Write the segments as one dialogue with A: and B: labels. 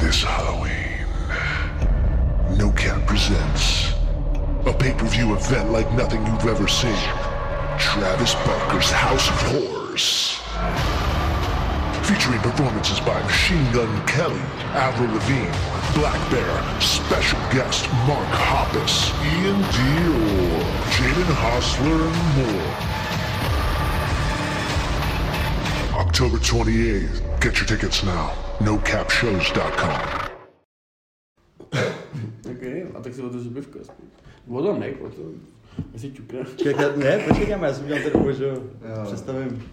A: this Halloween, No Cap presents a pay-per-view event like nothing you've ever seen. Travis Barker's House of Horrors. Featuring performances by Machine Gun Kelly, Avril Lavigne, Black Bear, special guest Mark Hoppus, Ian Dior, Jaden Hostler, and more. October 28th. Get your tickets now. NoCapShows.com.
B: Tak je, Jako a tak si otevřu pivko aspoň. Voda ne, to asi čukne.
C: Čekaj, ne, počkej, já si udělám tady že jo. Představím.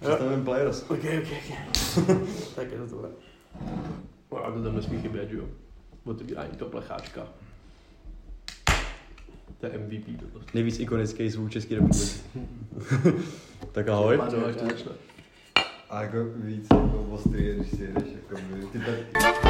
C: Představím players.
B: Ok, ok, ok. tak je to tohle. No a to tam nesmí chybět, že jo? Otevírání toho plecháčka. To je MVP to prostě.
C: Nejvíc ikonický zvuk České republiky. tak ahoj.
B: Pádno, až to začne.
D: A jako víc jako ostrý je, když si jedeš jako by ty tak...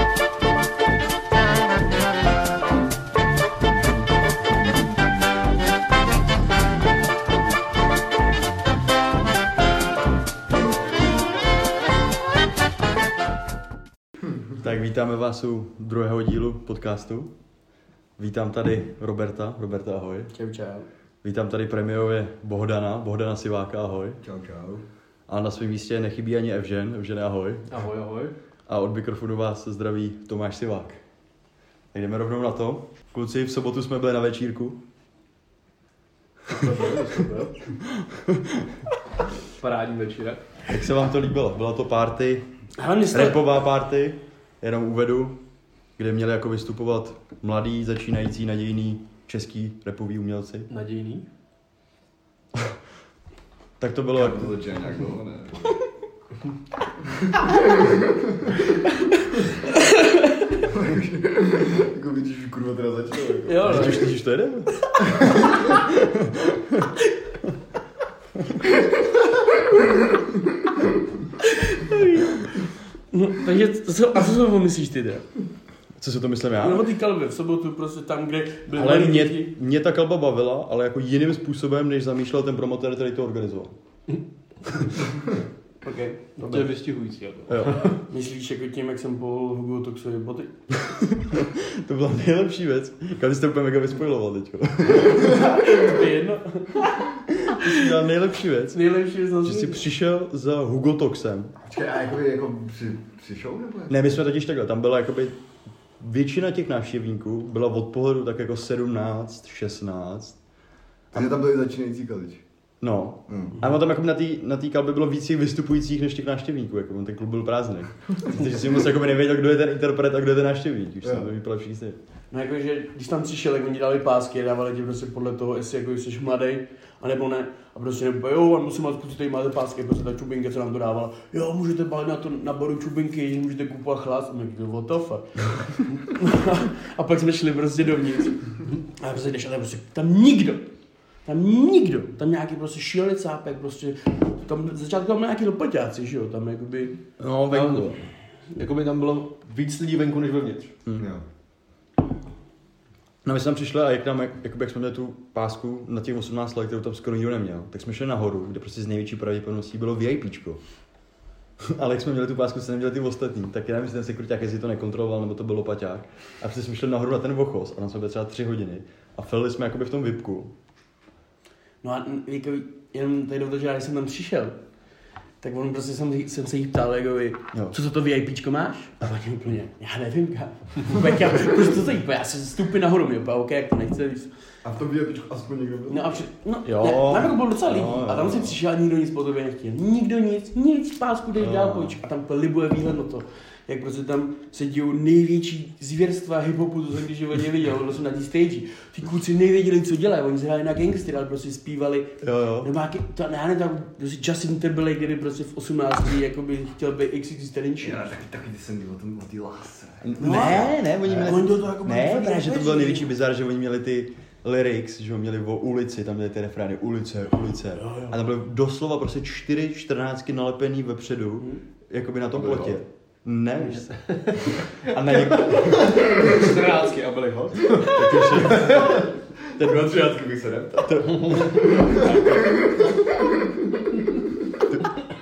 C: Tak vítáme vás u druhého dílu podcastu. Vítám tady Roberta. Roberta, ahoj.
B: Čau, čau.
C: Vítám tady premiérově Bohdana. Bohdana Siváka, ahoj.
D: Čau, čau.
C: A na svém místě nechybí ani Evžen. Evžen, ahoj.
B: Ahoj, ahoj.
C: A od mikrofonu vás zdraví Tomáš Sivák. Tak jdeme rovnou na to. Kluci, v sobotu jsme byli na večírku.
B: Parádní večírek.
C: Jak se vám to líbilo? Byla to party,
B: Hele, mě se to-
C: Repová party, jenom uvedu, kde měli jako vystupovat mladí, začínající, nadějný český repoví umělci.
B: Nadějný.
C: Tak to bylo
D: Tak
C: jako...
D: to začíná nějak dlouho, ne? jako vidíš, že kurva teda začalo, jako.
B: Jo,
C: Teď už, teď už to jede?
B: no, takže to jsou, a co se myslíš ty, teda?
C: Co si to myslím já?
B: No, o ty kalby v sobotu, prostě tam, kde byly
C: Ale
B: malí
C: mě,
B: děti.
C: mě ta kalba bavila, ale jako jiným způsobem, než zamýšlel ten promotér, který to organizoval.
B: Ok,
E: To
B: dobře.
E: je vystihující. Jako.
C: Jo.
B: Myslíš jako tím, jak jsem povolil Hugo Toxovi boty?
C: To byla nejlepší věc. Kam jste úplně mega vyspojiloval teďko.
B: To je jedno.
C: To byla nejlepší věc.
B: Nejlepší věc na
C: Že jsi
B: světě.
C: přišel za Hugo Toxem.
D: Počkej, a jakoby jako při, přišel nebo jak?
C: Ne, my jsme totiž takhle, tam byla jakoby většina těch návštěvníků byla od pohledu tak jako 17, 16,
D: Takže tam byli začínající kalič.
C: no.
D: Mm.
C: A ono tam jako na té na tý kalbě bylo víc těch vystupujících než těch návštěvníků, jako on ten klub byl prázdný. Takže si moc jako nevěděl, kdo je ten interpret a kdo je ten návštěvník, už
D: Jo.
C: jsem to vypadal všichni. stejně.
B: No jakože, když tam přišel, tak oni dali pásky a dávali ti prostě podle toho, jestli jako jsi mladý, anebo ne. A prostě nebo jo, a musím mít kluci, tady máte pásky, prostě ta čubinka, co nám to dávala. Jo, můžete bát na, to, na baru čubinky, můžete kupovat chlás. A my jako, what the fuck. a pak jsme šli prostě dovnitř. A prostě jdeš, ale prostě tam nikdo. Tam nikdo, tam nějaký prostě šílený cápek, prostě, tam začátku tam byli nějaký lopaťáci, že jo, tam jakoby,
C: No, venku.
E: Jakoby tam bylo víc lidí venku než vevnitř.
D: Jo.
C: Hmm. No my jsme tam přišli a jak, nám, jak, jakoby, jak jsme měli tu pásku na těch 18 let, kterou tam skoro nikdo neměl, tak jsme šli nahoru, kde prostě z největší pravděpodobností bylo VIPčko. Ale jak jsme měli tu pásku, co neměli ty ostatní, tak já nevím, jestli ten sekuriták, jestli to nekontroloval, nebo to bylo paťák. A prostě jsme šli nahoru na ten vochos a tam jsme byli třeba tři hodiny. A felili jsme jakoby v tom VIPku.
B: No a n- jako, jenom tady do toho, že já když jsem tam přišel, tak on prostě jsem, jsem se jí ptal, jako vy,
C: Jo.
B: co za to VIPčko máš? A oni úplně, já nevím, kámo. Vůbec já, prostě to zajímá, já se stupy nahoru, mi opá, ok, jak to nechce víc.
D: A v tom výjepečku aspoň někdo byl?
B: No a při, no,
C: Jo.
B: Ne, tam jako bylo docela
C: Jo,
B: lidí.
C: jo,
B: a tam si
C: jo.
B: přišel a nikdo nic po tobě nechtěl. Nikdo nic, nic, pásku dej
C: Jo.
B: dál pojď. A tam libuje výhled na to, jak prostě tam se dějou největší zvěrstva hiphopu, co jsem když v životě viděl, byl jsem na té stage. Ty kluci nevěděli, co dělají, oni hráli na gangster, ale prostě zpívali
C: Jo, jo.
B: nebo jaký, to, já nevím, tam prostě Justin Timberlake, kdyby prostě v 18. jakoby chtěl být XXX Tenenčí.
D: Já, taky, taky ty jsem byl o tom, o té lásce.
B: No.
C: ne,
B: Oni to- to jako
C: ne,
B: byli
C: právě, že to byl
B: fakt
C: největší bizar, že oni měli ty lyrics, že jo, měli o ulici, tam měli ty refrény, ulice, ulice.
B: Jo, jo.
C: A tam byly doslova prostě čtyři čtrnáctky nalepený vepředu,
B: Mhm.
C: jakoby na tom
D: Byly
C: plotě.
D: hot.
C: Ne, víš se. A na někoho...
E: 14 a byli hot.
C: Ten,
D: Na třiátky bych se neptal.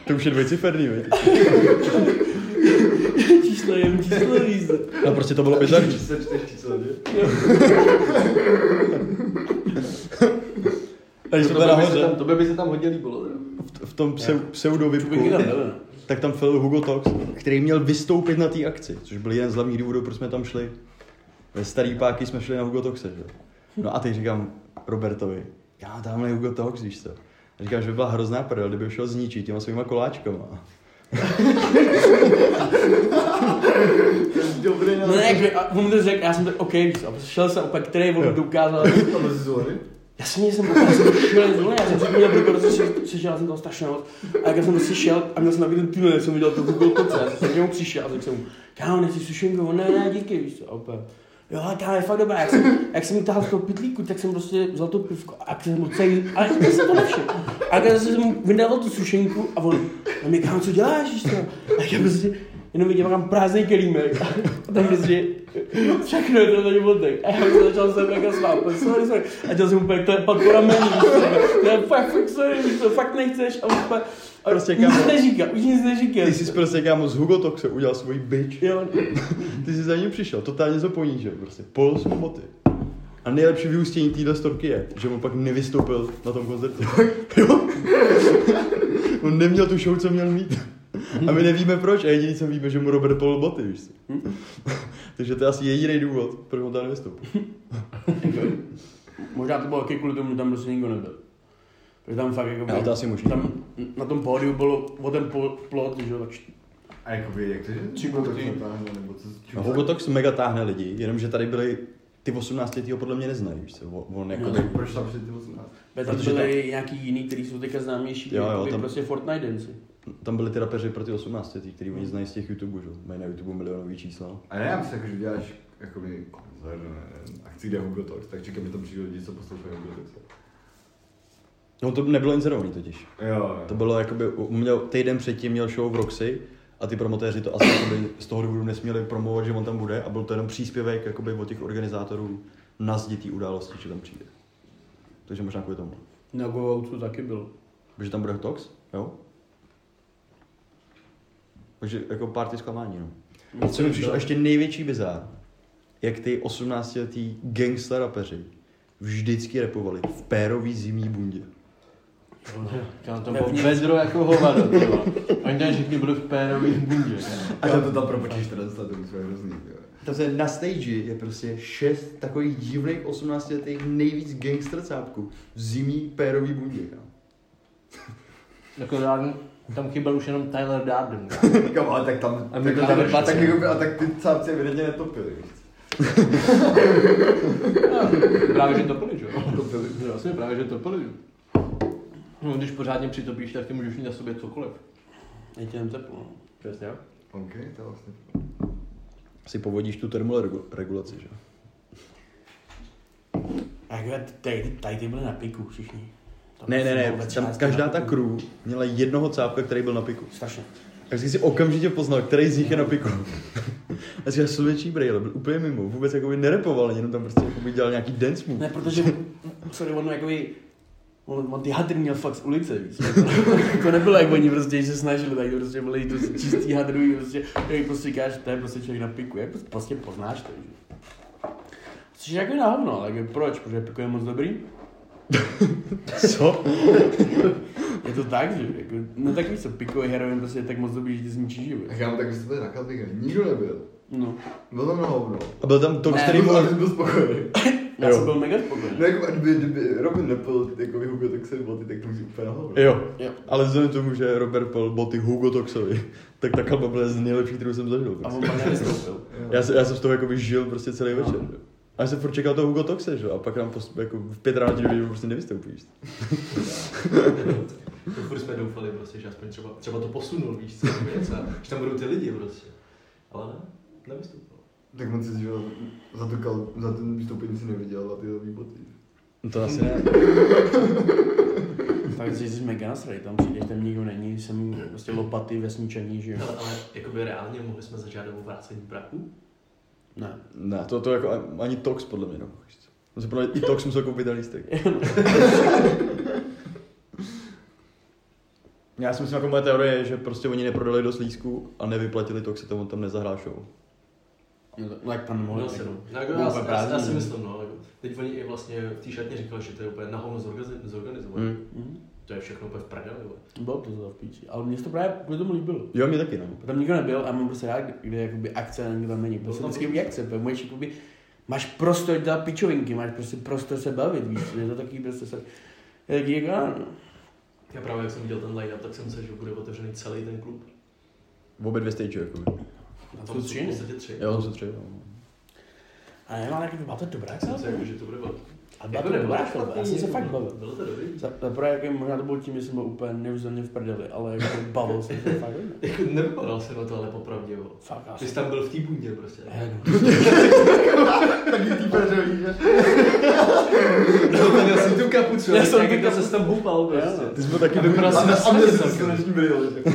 C: to už je dvojciferný, viď?
B: Ježíš, číslo, jen číslo víc.
C: No prostě to bylo bizarní.
D: Se čteš číslo, že?
C: Když
E: To
C: jsme
E: by,
C: byli
E: by se
C: nahoře,
E: tam, to by se tam hodně líbilo. teda.
C: v tom pseu- pseudovipku,
B: Čubinky tam byly, no.
C: tak tam filil Hugo Tox, který měl vystoupit na té akci, což byl jeden z hlavních důvodů, proč jsme tam šli. Ve starý páky jsme šli na Hugo Toxe, že? jo. No a teď říkám Robertovi, já tamhle je Hugo Tox, víš co? A říkám, že by byla hrozná prdel, kdyby ho šel zničit těma svýma koláčkama.
D: Dobrý
B: No ne, jak, a on mi řekl, já jsem tak OK, víš, co, a šel jsem opět, který on mi dokázal.
D: to mezi zóny.
B: Já jsem jsem já jsem šel, zvolil, já jsem si měl brko, přišel, já jsem toho strašně moc. A jak já jsem prostě šel a měl jsem takový ten tunel, jak jsem viděl to Google Toce, já jsem k němu přišel a řekl jsem mu, kámo, nechci sušenku, on "No, ne, ne, díky, víš co, opět. Jo, kámo, je fakt dobrá, jak jsem, jak jsem tahal z toho pitlíku, tak jsem prostě vzal to pivko a jak jsem mu celý, ale já jsem to nevšiml. A jak já jsem mu vydával tu sušenku a on, no mi kámo, co děláš, víš co? A já prostě, jenom vidím, mám prázdný kelímek. A tam prostě všechno je to tady vodek. A já jsem začal se tak slápat, sorry, sorry. A dělal jsem úplně klepat po rameni. víš co. To je fakt, fakt, sorry, víš co, fakt nechceš. A úplně, a
C: Prostě
B: nic
C: kámo.
B: neříká, už nic neříká.
C: Ty jsi prostě kámo z Hugo Toxe udělal svůj bitch.
B: Jo,
C: Ty jsi za ním přišel, totálně to ponížil, prostě pol smoty. A nejlepší vyústění téhle storky je, že on pak nevystoupil na tom koncertu. Jo? on neměl tu show, co měl mít. A my nevíme proč, a jediný, co víme, že mu Robert pol boty, víš co? Takže to je asi jediný důvod, proč on tam nevystoupil.
B: Možná to bylo taky kvůli tomu, že tam prostě nikdo nebyl. Protože tam fakt jako...
C: Ale to asi možný.
B: Tam na tom pódiu bylo o ten pol- plot, že jo, tak čtyři.
D: A jakoby, jak to, že?
B: Tři boty.
D: natáhne, nebo co?
C: A Hugo Tox mega táhne lidi, jenomže tady byli ty 18 letý ho podle mě neznají, víš co? On, on jako
D: Jakoby, proč tam přijde ty 18?
B: Protože tam
C: Protože
B: byly nějaký jiný, který jsou teďka známější,
C: Jo, jo,
B: jakoby
C: tam-
B: prostě Fortnite denci.
C: tam byli ty rapeři pro ty 18 letý, který oni znají z těch YouTube, že? jo? Mají na YouTube milionový čísla. no.
D: A ne, já myslím, jako, že uděláš jakoby koncert, ne, akci, kde je Hugo Talks, tak čekám, že tam přijde lidi, co poslouchají Hugo Talks.
C: No to nebylo inzerovaný totiž.
D: Jo,
C: To bylo jakoby, on měl, týden předtím měl show v Roxy a ty promotéři to asi jakoby, z toho důvodu nesměli promovat, že on tam bude a byl to jenom příspěvek jakoby, od těch organizátorů na zdi té události, že tam přijde. Takže možná kvůli tomu.
B: Na Go Outu taky bylo.
C: Protože tam bude Tox, jo? Takže jako party zklamání, no. A co mi přišlo ještě největší bizár, jak ty 18-letý gangster rapeři vždycky repovali v pérový zimní bundě.
E: Kámo, to bylo vedro jako hovado, ty vole. Oni tam všichni byli v pérových bundě.
D: A to, to tam propočíš 14 let, to musí být hrozný. jo.
C: Tam se na stage je prostě šest takových divných 18 letých nejvíc gangster cápků v zimní pérový bundě. kámo.
E: Jako Darden, tam chyběl už jenom Tyler Darden.
D: Kámo, ale tak tam...
E: A my to
D: tak,
E: tam
D: tak-
E: vyplácíme.
D: tak jako by- a tak ty cápci evidentně netopili, víš co?
E: Právě, že to pili, že jo?
D: Topili.
E: No, Vlastně právě, že to pili. No, když pořádně přitopíš, tak ty můžeš mít na sobě cokoliv.
B: Já ti jen teplo. no.
E: Přesně.
D: OK, to je vlastně...
C: Si povodíš tu termoregulaci, že?
B: A jak ty- tady, tady ty byly na piku všichni. Tam
C: Ne, ne,
B: bylo ve
C: ne, tam
B: 13
C: každá
B: na
C: ta
B: piku.
C: crew měla jednoho cápka, který byl na piku.
B: Strašně.
C: Tak jsi si okamžitě poznal, který z nich je na piku. A říkal, slověčí brejle, byl úplně mimo, vůbec jakoby nerepoval, jenom tam prostě jakoby dělal nějaký dance move.
B: Ne, protože, sorry, on jakoby, on, on ty hadry měl fakt z ulice, víš. to nebylo, jak oni prostě, že se snažili, tak prostě byli to čistý hadru, prostě, jak prostě říkáš, to je prostě člověk na piku, jak prostě- prostě poznáš to, že? Což je jako na hovno, ale jako proč? Protože piko je moc dobrý.
C: Co?
B: Je to tak, že jako, no tak víš co, piko je heroin prostě je tak moc dobrý, že ti zničí život.
D: Tak já mám tak, že jste byli na Kalbíka, nikdo nebyl.
B: No,
D: Byl tam na hovno.
C: A byl tam to,
B: Ne,
C: který
D: Byl-
C: byl...
D: abys byl spokojený.
B: já
C: Jo.
B: jsem byl mega spokojený.
D: No jako, a kdyby, kdyby Robin nepil, jako by Hugo tak se boty, tak to musí úplně na hovno.
C: Jo,
B: Jo.
C: ale vzhledem k tomu, že Robert pil boty Hugo Toxovi, tak ta kalba byla z nejlepší, kterou jsem zažil.
B: A
C: prostě.
B: on pak nevystoupil.
C: Já, se, já jsem z toho jakoby žil prostě celý večer. že? A já jsem furt čekal toho Hugo Toxe, že? jo, A pak nám post, jako v pět ráno ti nevěděl, že prostě nevystoupíš.
E: To furt jsme doufali prostě, že aspoň třeba, třeba to posunul, víš co, něco, že tam budou ty lidi prostě. Ale ne, nevystoupil.
D: Tak on si že jo, za, tu kal, za ten vystoupení si neviděl za ty nový boty.
C: No to asi ne.
B: Tak jsi jsi mega nasraj, tam přijdeš, tam nikdo není, jsem prostě lopaty, vesničaní, že jo.
E: Ale, ale jakoby reálně mohli jsme zažádat o vrácení prachu?
B: Ne.
C: Ne, to, to jako ani- ani Tox podle mě, no. On se podle mě, i Tox musel koupit ten lístek. Já si myslím, jako moje teorie je, že prostě oni neprodali dost lísku a nevyplatili to, jak se tam on tam nezahrál show.
B: No, jak tam mohli.
E: Měl
B: tak-
E: jsem. No, jako,
B: Bylo
E: já,
B: úplně
E: já, já,
B: prázdný.
E: si myslím, no. Jako, teď oni i vlastně v té šatně říkali, že to je úplně na hovno zorgazi- zorganizované. Mm.
B: Mhm.
E: To je všechno úplně v prdeli, vole.
B: Bylo to za v píči, ale mně se to právě kvůli tomu líbilo.
C: Jo, mě taky, no.
B: Tam nikdo nebyl a mám prostě rád, kde jakoby akce a nikdo tam není. Prostě vždycky byly akce, protože můžeš jakoby, máš prostor dělat pičovinky, máš prostě prostor se bavit, víš, je to taky prostě se, je taky jako, ano.
E: Já právě, jak jsem viděl ten line-up, tak jsem myslel, že bude otevřený celý ten klub.
C: V obě dvě stage, jako.
B: A
E: A
B: to
E: tam
B: tři,
E: jsou v
B: ne?
E: podstatě tři.
C: Jo, tam se třeba. No.
B: A nevím, ale jako, byla to dobrá
E: Tak jsem
B: akce,
E: si jako, že to bude velký.
B: ale byla
E: Jako
B: to
E: nebylo
B: dobrá akce,
E: to špatný,
B: já jsem se
E: jako
B: fakt
E: bylo-
B: bavil.
E: Bylo to dobrý.
B: Za, za prvé, jako možná to bylo tím, že jsem byl úplně neuvěřitelně v prdeli, ale jako bavil jsem se fakt hodně.
E: Jako nevypadal se na to, ale popravdě, jo.
B: Fakt, já
E: Ty
B: jsem.
E: jsi tam byl v té bundě prostě.
B: Eh, no.
E: No, měl jsem tu kapucu,
B: Já
E: já
B: jsem
E: jsem
B: tu
E: jak se tam houpal prostě.
B: Jo,
C: Ty jsi byl taky
E: Vypadal jsem na
D: A mě
E: straně
D: se
E: celkem.
D: konečně byl, že?
B: To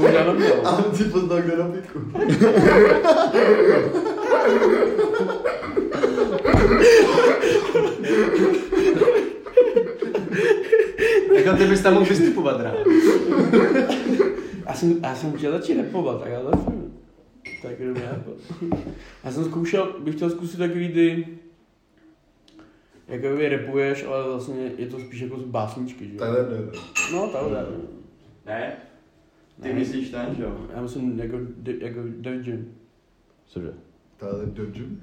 B: bohužel nebylo.
D: A on si poznal, kde na pitku.
E: Jako ty bys tam mohl vystupovat rád.
B: Já jsem, já jsem chtěl začít repovat, tak já to fajn. Tak jenom já. Já jsem zkoušel, bych chtěl zkusit takový ty, jakoby repuješ, ale vlastně je to spíš jako z básničky, že jo?
D: Tyler Durden.
B: No, takhle.
C: Ne?
B: Ty myslíš
C: ten, že jo?
B: Já myslím jako, de- jako Def Jam.
C: Cože?
D: Tyler Durden.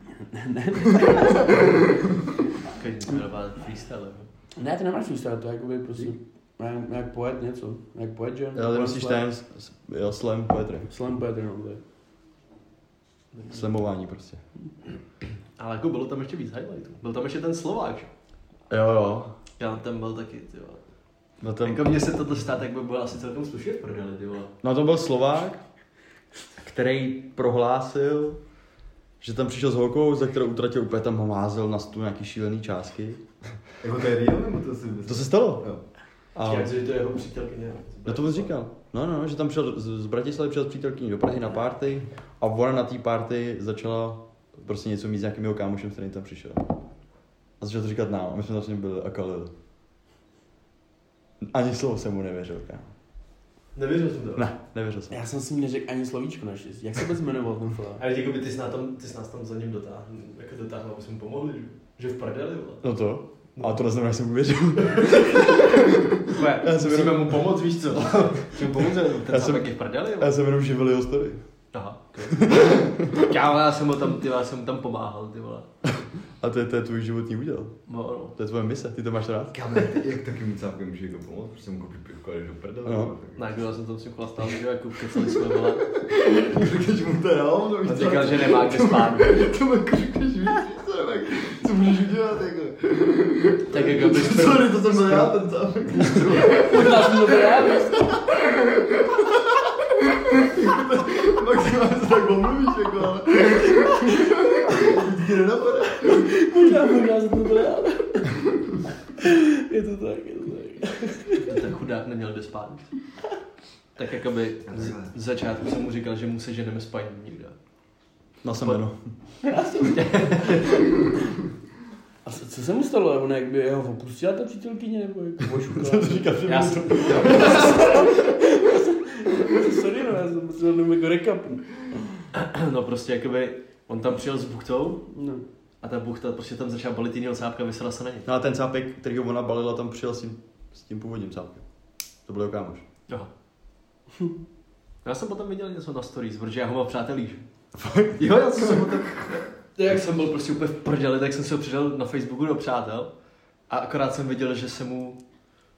E: Každý to dává freestyle, jo.
B: Ne, ty nemáš freestyle, to je jakoby prostě, jak, jak poet něco, jak poet jam.
C: Ale
B: poet
C: myslíš
B: slam.
C: ten, s- s- jo, slam poetry.
B: Slam poet jenom, to je.
C: Slamování prostě.
E: Ale jako bylo tam ještě víc highlightů. Byl tam ještě ten Slovák, že?
C: Jo, jo.
E: Já tam byl taky, ty vole.
C: No tam,
E: Jako mně se tohle stát, tak by byl asi celkem slušně v prdeli, ty vole.
C: no to byl Slovák, který prohlásil, že tam přišel s holkou, za kterou utratil úplně tam házel na stůl nějaký šílený částky.
D: Jako to je real, nebo to si myslíš?
C: To se stalo.
D: Jo.
C: A,
E: Já myslím, že to je jeho přítelkyně.
C: no to moc říkal. No, no, že tam přišel z, z Bratislavy, přišel s přítelkyní do Prahy na party a ona na té party začala prostě něco mít s nějakým jeho kámošem, s kterým tam přišel. A začal to říkat nám a my jsme tam s ním byli a kalili. Ani slovo jsem mu nevěřil, kámo.
E: Nevěřil jsem to.
C: Ne, nevěřil jsem.
B: Já jsem si neřekl ani slovíčko naštěstí. Jak se vůbec jmenoval ten film?
E: Ale jako by ty jsi, nás tam, ty jsi nás tam za ním dotáhl, jako dotáhl, aby jsme mu pomohli, že? Že v prdeli, vole.
C: No to? A to neznamená, že jsem mu věřil.
E: Ne,
C: Já jsem
E: musíme
C: jenom-
E: mu pomoct, víš co? Musíme mu pomoct, ale ten
C: Já jsem-
E: zámek je v prdeli, vole.
C: Já jsem jenom živil jeho story.
E: Aha, ok. Kámo, já jsem mu tam, ty vole, já jsem mu tam pomáhal, ty vole.
C: A to je, to je tvůj životní úděl.
E: No, no.
C: To je tvoje mise, ty to máš rád.
D: Kámo, jak- jak taky mu cápkem může jako pomoct, protože mu koupí pivko a jde do prdele.
C: No.
E: Ne, jako já jsem tam s ním chlastal, že jo, jako kecali jsme, vole.
D: Když mu to dal, no víš
E: On
D: co?
E: říkal, že nemá kde spát.
D: To má když víš, co, tak co můžeš udělat, jako.
E: Tak jako bys
D: Sorry, to jsem byl já, ten cápek.
B: Možná jsem to byl já, víš?
D: Maximálně se tak omluvíš, jako, ale. Vždycky nenapadá.
B: Možná, možná jsem to byl já. Je to tak, je to tak.
E: ten chudák neměl kde spát. Tak jakoby z, z začátku jsem mu říkal, že mu se ženeme spaní nikde.
C: Na semeno.
B: A co, co se mu stalo? Ona jak by jeho opustila ta přítelkyně nebo jako
C: Jsem
B: ošukala?
C: to říkal, že
E: Já
C: já
E: jsem,
B: Sorry, no, já jsem musel jenom jako recapnout.
E: no prostě jakoby, on tam přijel s buchtou
B: No.
E: a ta buchta prostě tam začala balit jinýho cápka, vysela se na něj.
C: No a ten cápek, který ho ona balila, tam přijel s tím, s tím původním cápkem. To byl jeho kámoš.
E: Aha. Hm. Já jsem potom viděl něco na stories, protože já ho mám přátelí. že? Jo, já jsem se potom... Jak jsem byl prostě úplně v prdeli, tak jsem se ho přidal na Facebooku do přátel. A akorát jsem viděl, že jsem mu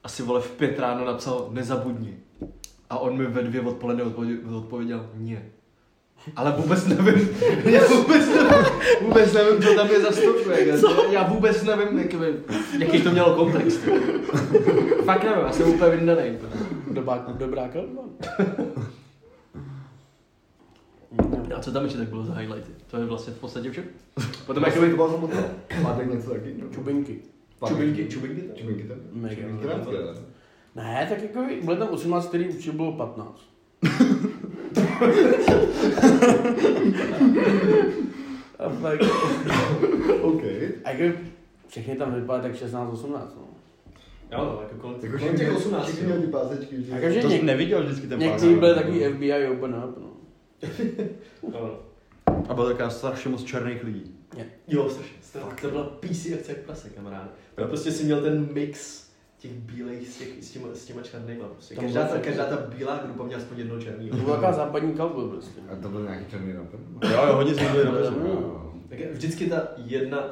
E: asi vole v pět ráno napsal nezabudni. A on mi ve dvě odpoledne odpověděl, odpověděl ne. Ale vůbec nevím, já vůbec nevím, vůbec nevím, co tam je za stopu, jak- já vůbec nevím, jaký, jaký to mělo kontext. Fakt nevím, já jsem úplně vyndanej.
B: Dobrá, dobrá kalba.
E: A co tam ještě tak bylo za highlighty? To je vlastně v podstatě vše. Potom
D: Máš
E: jak
D: to být bazom Máte něco taky? no?
B: Čubinky.
D: Pátek.
E: čubinky, čubinky tam?
D: Čubinky tam?
B: Mega.
D: Čubinky tam? skvělé.
B: Ne, tak jako bylo tam 18, který určitě bylo 15. a pak, jako
D: OK.
B: a jako všechny tam vypadá tak 16-18, no.
E: Jo, jako kolem,
D: Jako
E: kolem těch
D: měl-
E: 18.
D: všichni měli ty pásečky.
B: A
D: Že...
B: každý-
C: To
B: Něk-
C: jsi neviděl vždycky ten pás.
B: Někteří byli takový eh, FBI open up, no.
E: jo. Jo.
C: A bylo taková strašně moc černých lidí.
E: Jo, strašně. To, to byla PC akce jak prase, kamarád. Já prostě si měl ten mix těch bílých s, těch, s, těma, s těma černýma. Prostě.
B: Tam
E: Každá,
B: bylo
E: ta,
B: fakt-
E: každá ta bílá grupa měla aspoň jednoho
B: To
E: černýho.
B: byla taková západní kalbu prostě.
D: A to byl nějaký černý napen.
C: Jo, jo, hodně jsme byli dobře.
E: Tak vždycky ta jedna uh,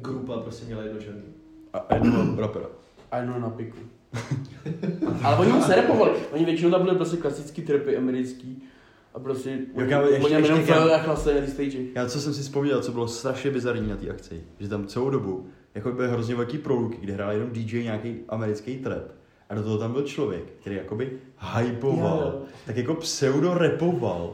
E: grupa prostě měla jedno černý.
C: A jednoho rapera.
B: A jenom na piku. Ale oni moc nerepovali. Oni většinou tam byli prostě klasický trepy americký. A prostě
C: Jo,
B: oni-
C: kámo, ještě-
B: oni tam jenom
C: ještě kámo.
B: fail a chlase na té stage.
C: Já co jsem si vzpomněl, co bylo strašně bizarní na té akci, že tam celou dobu jako byly hrozně velký proluky, kde hrál jenom DJ nějaký americký trap. A do toho tam byl člověk, který jakoby hypoval,
E: Jo.
C: tak jako pseudo repoval,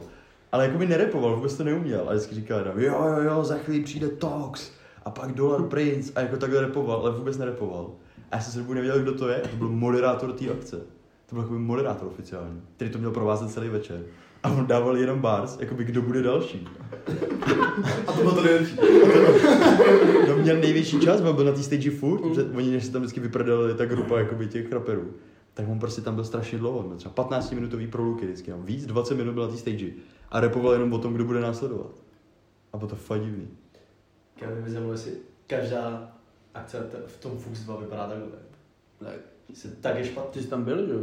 C: ale jakoby nerepoval, vůbec to neuměl. A vždycky říkal jenom, jo, jo, jo, za chvíli přijde Tox a pak Dollar Prince a jako takhle repoval, ale vůbec nerepoval. A já jsem se dobu nevěděl, kdo to je, a to byl moderátor té akce. To byl jakoby moderátor oficiální, který to měl provázet celý večer. A on dával jenom bars, jakoby kdo bude další.
D: A to bylo to nejlepší.
C: No měl největší čas, on byl na té stage furt,
E: Mm.
C: protože oni než se tam vždycky vyprdali ta grupa jakoby těch raperů. Tak on prostě tam byl strašně dlouho, měl třeba 15 minutový proluky vždycky, no. víc, 20 minut byl na té stage a repoval jenom o tom, kdo bude následovat. A bylo to fakt divný.
E: Já nevím, jestli- jestli každá akce t- v tom Fuchs 2 vypadá takhle.
B: Tak,
E: Se tak je špatně.
B: ty jsi tam byl, že jo?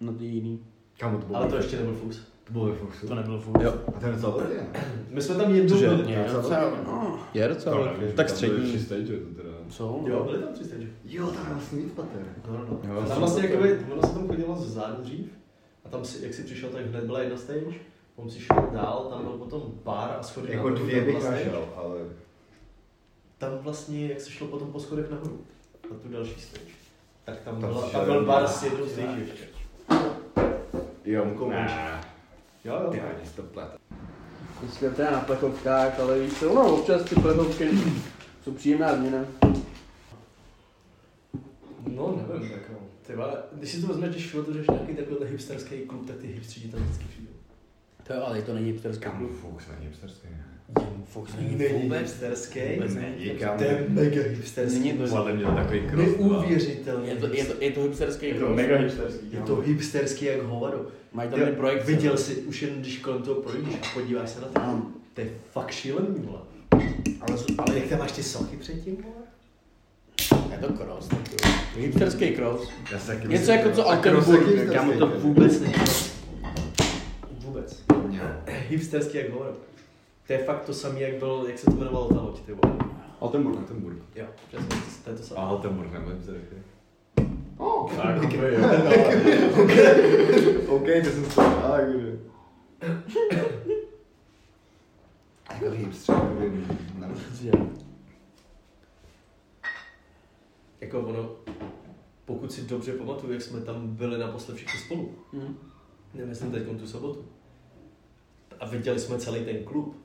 B: Na ty jiný.
D: Kámo, to bylo.
E: Ale to ještě nebyl Fuchs.
D: To bylo ve Foxu.
B: To nebyl furt.
C: Jo.
D: A to je docela dobrý, ne?
E: My jsme tam jednou
C: Cože?
E: byli.
B: Ne,
D: Docela
B: docela,
D: dobrý.
B: no.
C: Je docela
D: To
C: velký.
D: nevím,
C: Tak
D: tam byly tři
C: střední.
D: stage, to teda.
B: Co?
E: Jo, byli tam tři stage.
D: Jo, tam vlastně víc pater.
E: No, no,
C: Jo,
E: no. A
C: jsem
E: tam vlastně
D: to-
E: jakoby, ono se tam chodilo z zádu dřív. A tam si, jak si přišel, tak hned byla jedna stage. On si šel dál, tam byl potom bar a schody
D: Jako
E: nahoru,
D: dvě
E: tam byla
D: bych
E: stage.
D: našel, ale...
E: Tam vlastně, jak se šlo potom po schodech nahoru, na tu další stage. Tak tam,
D: Tam
E: byla, tam
D: si šel
E: byl
D: jen
E: bar
D: bar.
E: s jednou stage ještě.
D: Jo, mkou
E: Jo, jo.
D: Ty ani to plete.
B: Dneska teda na plechovkách, ale víš co, no občas ty plechovky jsou příjemná změna.
E: No, nevím, jako. Ty vole, když si to vezmeš, když to řeš nějaký takovýhle hipsterský klub, tak ty hipstři ti tam vždycky přijdou.
B: To jo, ale to není hipsterská.
D: Kámo, Fox není hipsterský.
B: Fox
E: hipsterský.
B: Vůbec
D: není,
E: To
D: kámo.
E: je mega hipsterský.
B: Není to-
D: Podle mě to takový
E: Neuvěřitelný.
B: Je to, je to, je to hipsterský.
D: Je to mega hipsterský.
E: je to hipsterský jak hovado.
B: Mají tam ty projekt.
E: Viděl jsi už jen, když kolem toho projdeš a podíváš se na to.
B: No.
E: To je fakt šílený, vole.
B: Ale jsou
E: Ale jak tam máš ty soky předtím, vole?
B: Je to cross. tak jo. Hipsterský cross.
D: Já se taky
B: Něco jako co Alter
D: hipsterský.
E: Kámo, to vůbec není. Vůbec. Hipsterský jak hovado. To je fakt to samé, jak byl, jak se to jmenovalo ta loď, ty vole.
C: Altenburg.
D: Altenburg.
E: Jo, přesně, to- to je to samé.
D: Altenburg nebo hipsterský.
C: OK, to jsem stál.
D: Jako hipsterský. Ne.
E: Jako ono, pokud si dobře pamatuju, jak jsme tam byli naposled všichni spolu,
B: Mhm.
E: nemyslím teď tu sobotu, a viděli jsme celý ten klub,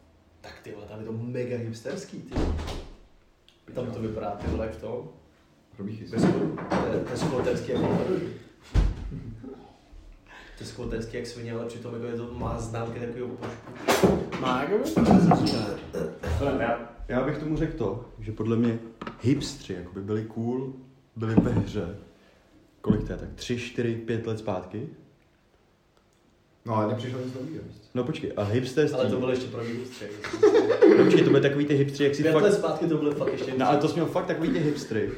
E: tak ty vole, tam je to mega hipsterský, ty. vole. Tam to vypadá, ty vole, jak v tom,
D: Robíš
E: bez chodu. To je- to je skvoterský jak hovado, že? To je skvoterský jak svině, ale přitom jako je to má známky takového pošku.
B: Má jako?
C: Já bych tomu řekl to, že podle mě hipstři jakoby byli cool, byli ve hře. Kolik to je, tak 3, 4, 5 let zpátky?
D: No ale nepřišel nic novýho.
C: No počkej, a hipsterství...
E: Ale to bylo ještě pravý hipstři.
C: No, Počkej, to byly takový ty hipstři, jak si
E: Pět
C: fakt...
E: let zpátky to bylo fakt ještě
C: No ale to jsi měl fakt takový ty hipstry,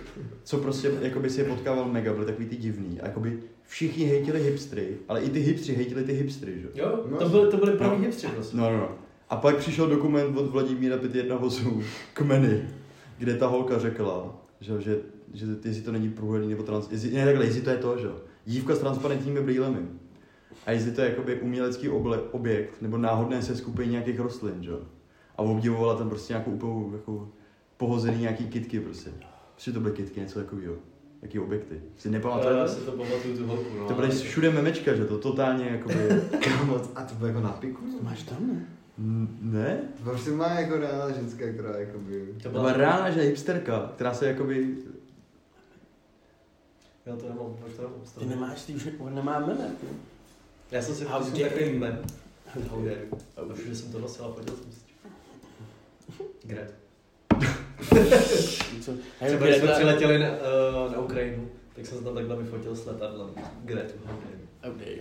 C: co prostě jakoby si je potkával mega, byly takový ty divný. A jakoby všichni hejtili hipstry, ale i ty hipstři hejtili ty hipstry, že?
E: Jo,
D: No.
E: to byly, to byly pravý hipstři prostě.
C: No, no, no. A pak přišel dokument od Vladimíra 518 Kmeny, kde ta holka řekla, že, že, že jestli to není průhledný nebo trans... Jestli, ne, takhle, jestli to je to, že jo. Dívka s transparentními brýlemi. A jestli to je jakoby umělecký oble, objekt nebo náhodné seskupení nějakých rostlin, že jo. A obdivovala tam prostě nějakou úplnou jako pohozený nějaký kitky prostě. Prostě to byly kitky, něco takového. Jaký objekty. Si nepamatuju.
E: Já si to pamatuju tu holku, Eh, no.
C: No, To byly všude memečka, že to totálně jakoby...
D: Kámo, a to bylo jako na piku?
B: Máš tam, ne?
C: N- ne?
D: To prostě má jako reálná ženská, která jako by...
E: To
C: To byla rána, že hipsterka, která se jakoby...
E: Já to nemám, proč to nemám?
B: Ty nemáš, ty už on nemá jména. ty.
E: Já jsem si
B: How
E: vždycky
B: dare
E: takový
B: you.
E: mem. How dare you. A už že jsem to nosil a chodil jsem s tím. Gret.
B: Něco-
E: Třeba když jsme přiletěli na, eh, na Ukrajinu, tak jsem se tam takhle vyfotil s letadlem. Gretu. Hogan.
B: Okay.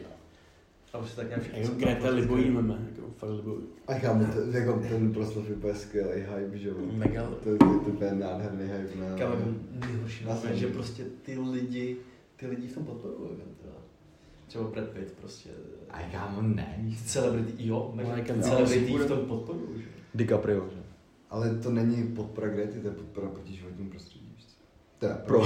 E: A už si tak nějak
B: Jo,
E: jsme
B: Greta
E: tam- prostě
B: libojíme, ne? Jako fakt libojíme.
F: A kámo, to, jako ten proslov je úplně skvělý hype, že jo?
D: Mm.
B: Mega.
F: To je to úplně nádherný hype na...
E: Kámo, jako nejhorší
F: Na
E: moment,
F: sebe.
E: že prostě ty lidi, ty lidi v tom podporují. Teda. Třeba Brad Pitt prostě.
F: A kámo, ne.
E: Celebrity, jo,
B: Like
E: Megan,
B: and
E: celebrity v tom podporují, že?
C: DiCaprio, že?
F: Ale to není podpora Grety, to je podpora proti životnímu prostředí, víš co? Teda
C: Pro.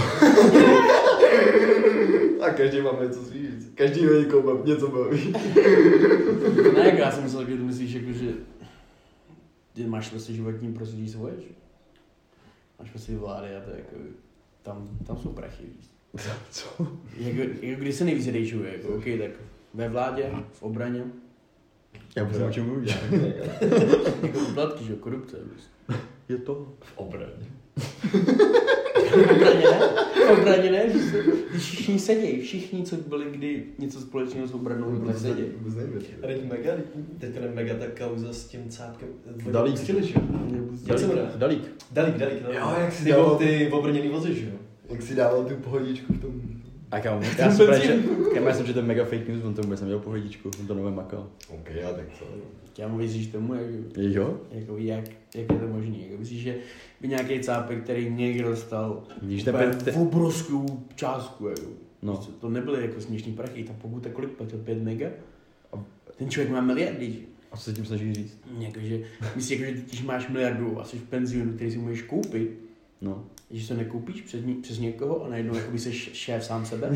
F: A každý má něco svý víc. Každý má někoho bav- něco baví.
B: Ne, jako já jsem myslel, že ty myslíš, jako, že ty máš prostě životní prostředí svoje, že? Máš prostě vlády a to je jako, tam, tam jsou prachy, víš.
C: Co?
B: Jako, jako kdy se nejvíc rejžuje, jako, OK, tak ve vládě, v obraně,
C: Já vůbec nevím, o čem mluvíš.
B: jako úplatky, že jo, korupce, prostě.
C: Je to.
E: V obraně.
B: V obraně ne, v obraně ne, že se, když všichni sedějí, všichni, co byli kdy něco společného s obranou,
F: No,
B: byli
F: tak se
B: sedějí.
F: vůbec nevím, že
E: A teď mega, teď ten mega ta kauza s tím cápkem.
C: Dalík.
E: Chtěli, že? jo?
B: prostě-
E: Jak se jmenuje?
C: Dalík.
E: Dalík, dalík. dalík.
F: Jo, jak si
E: ty,
F: dával-
E: ty obrněný vozy, že jo?
F: Jak si dával tu pohodičku v tom...
C: A kámo, já jsem právě, že, kámo, já jsem četl mega fake news, on to vůbec neměl pohodičku, on to nové makal.
F: OK, já tak co?
B: Já mu věříš tomu, jak,
C: Jo?
B: jako, jak, jak je to možný, jako, myslíš, že by nějaký cápek, který někdo dostal
C: Víš, ten,
B: Úplně
C: pe- te-
B: v obrovskou částku. Jako.
C: No.
B: No. To nebyly jako směšný prachy, ta pokuta kolik platil, 5 mega? Ten člověk má miliardy, že?
C: a co se tím snaží říct?
B: Jakože, myslíš, jako, že ty, když máš miliardu a jsi v penzionu, který si můžeš koupit,
C: No.
B: že se nekoupíš před, ní- přes někoho a najednou jako jsi šéf sám sebe.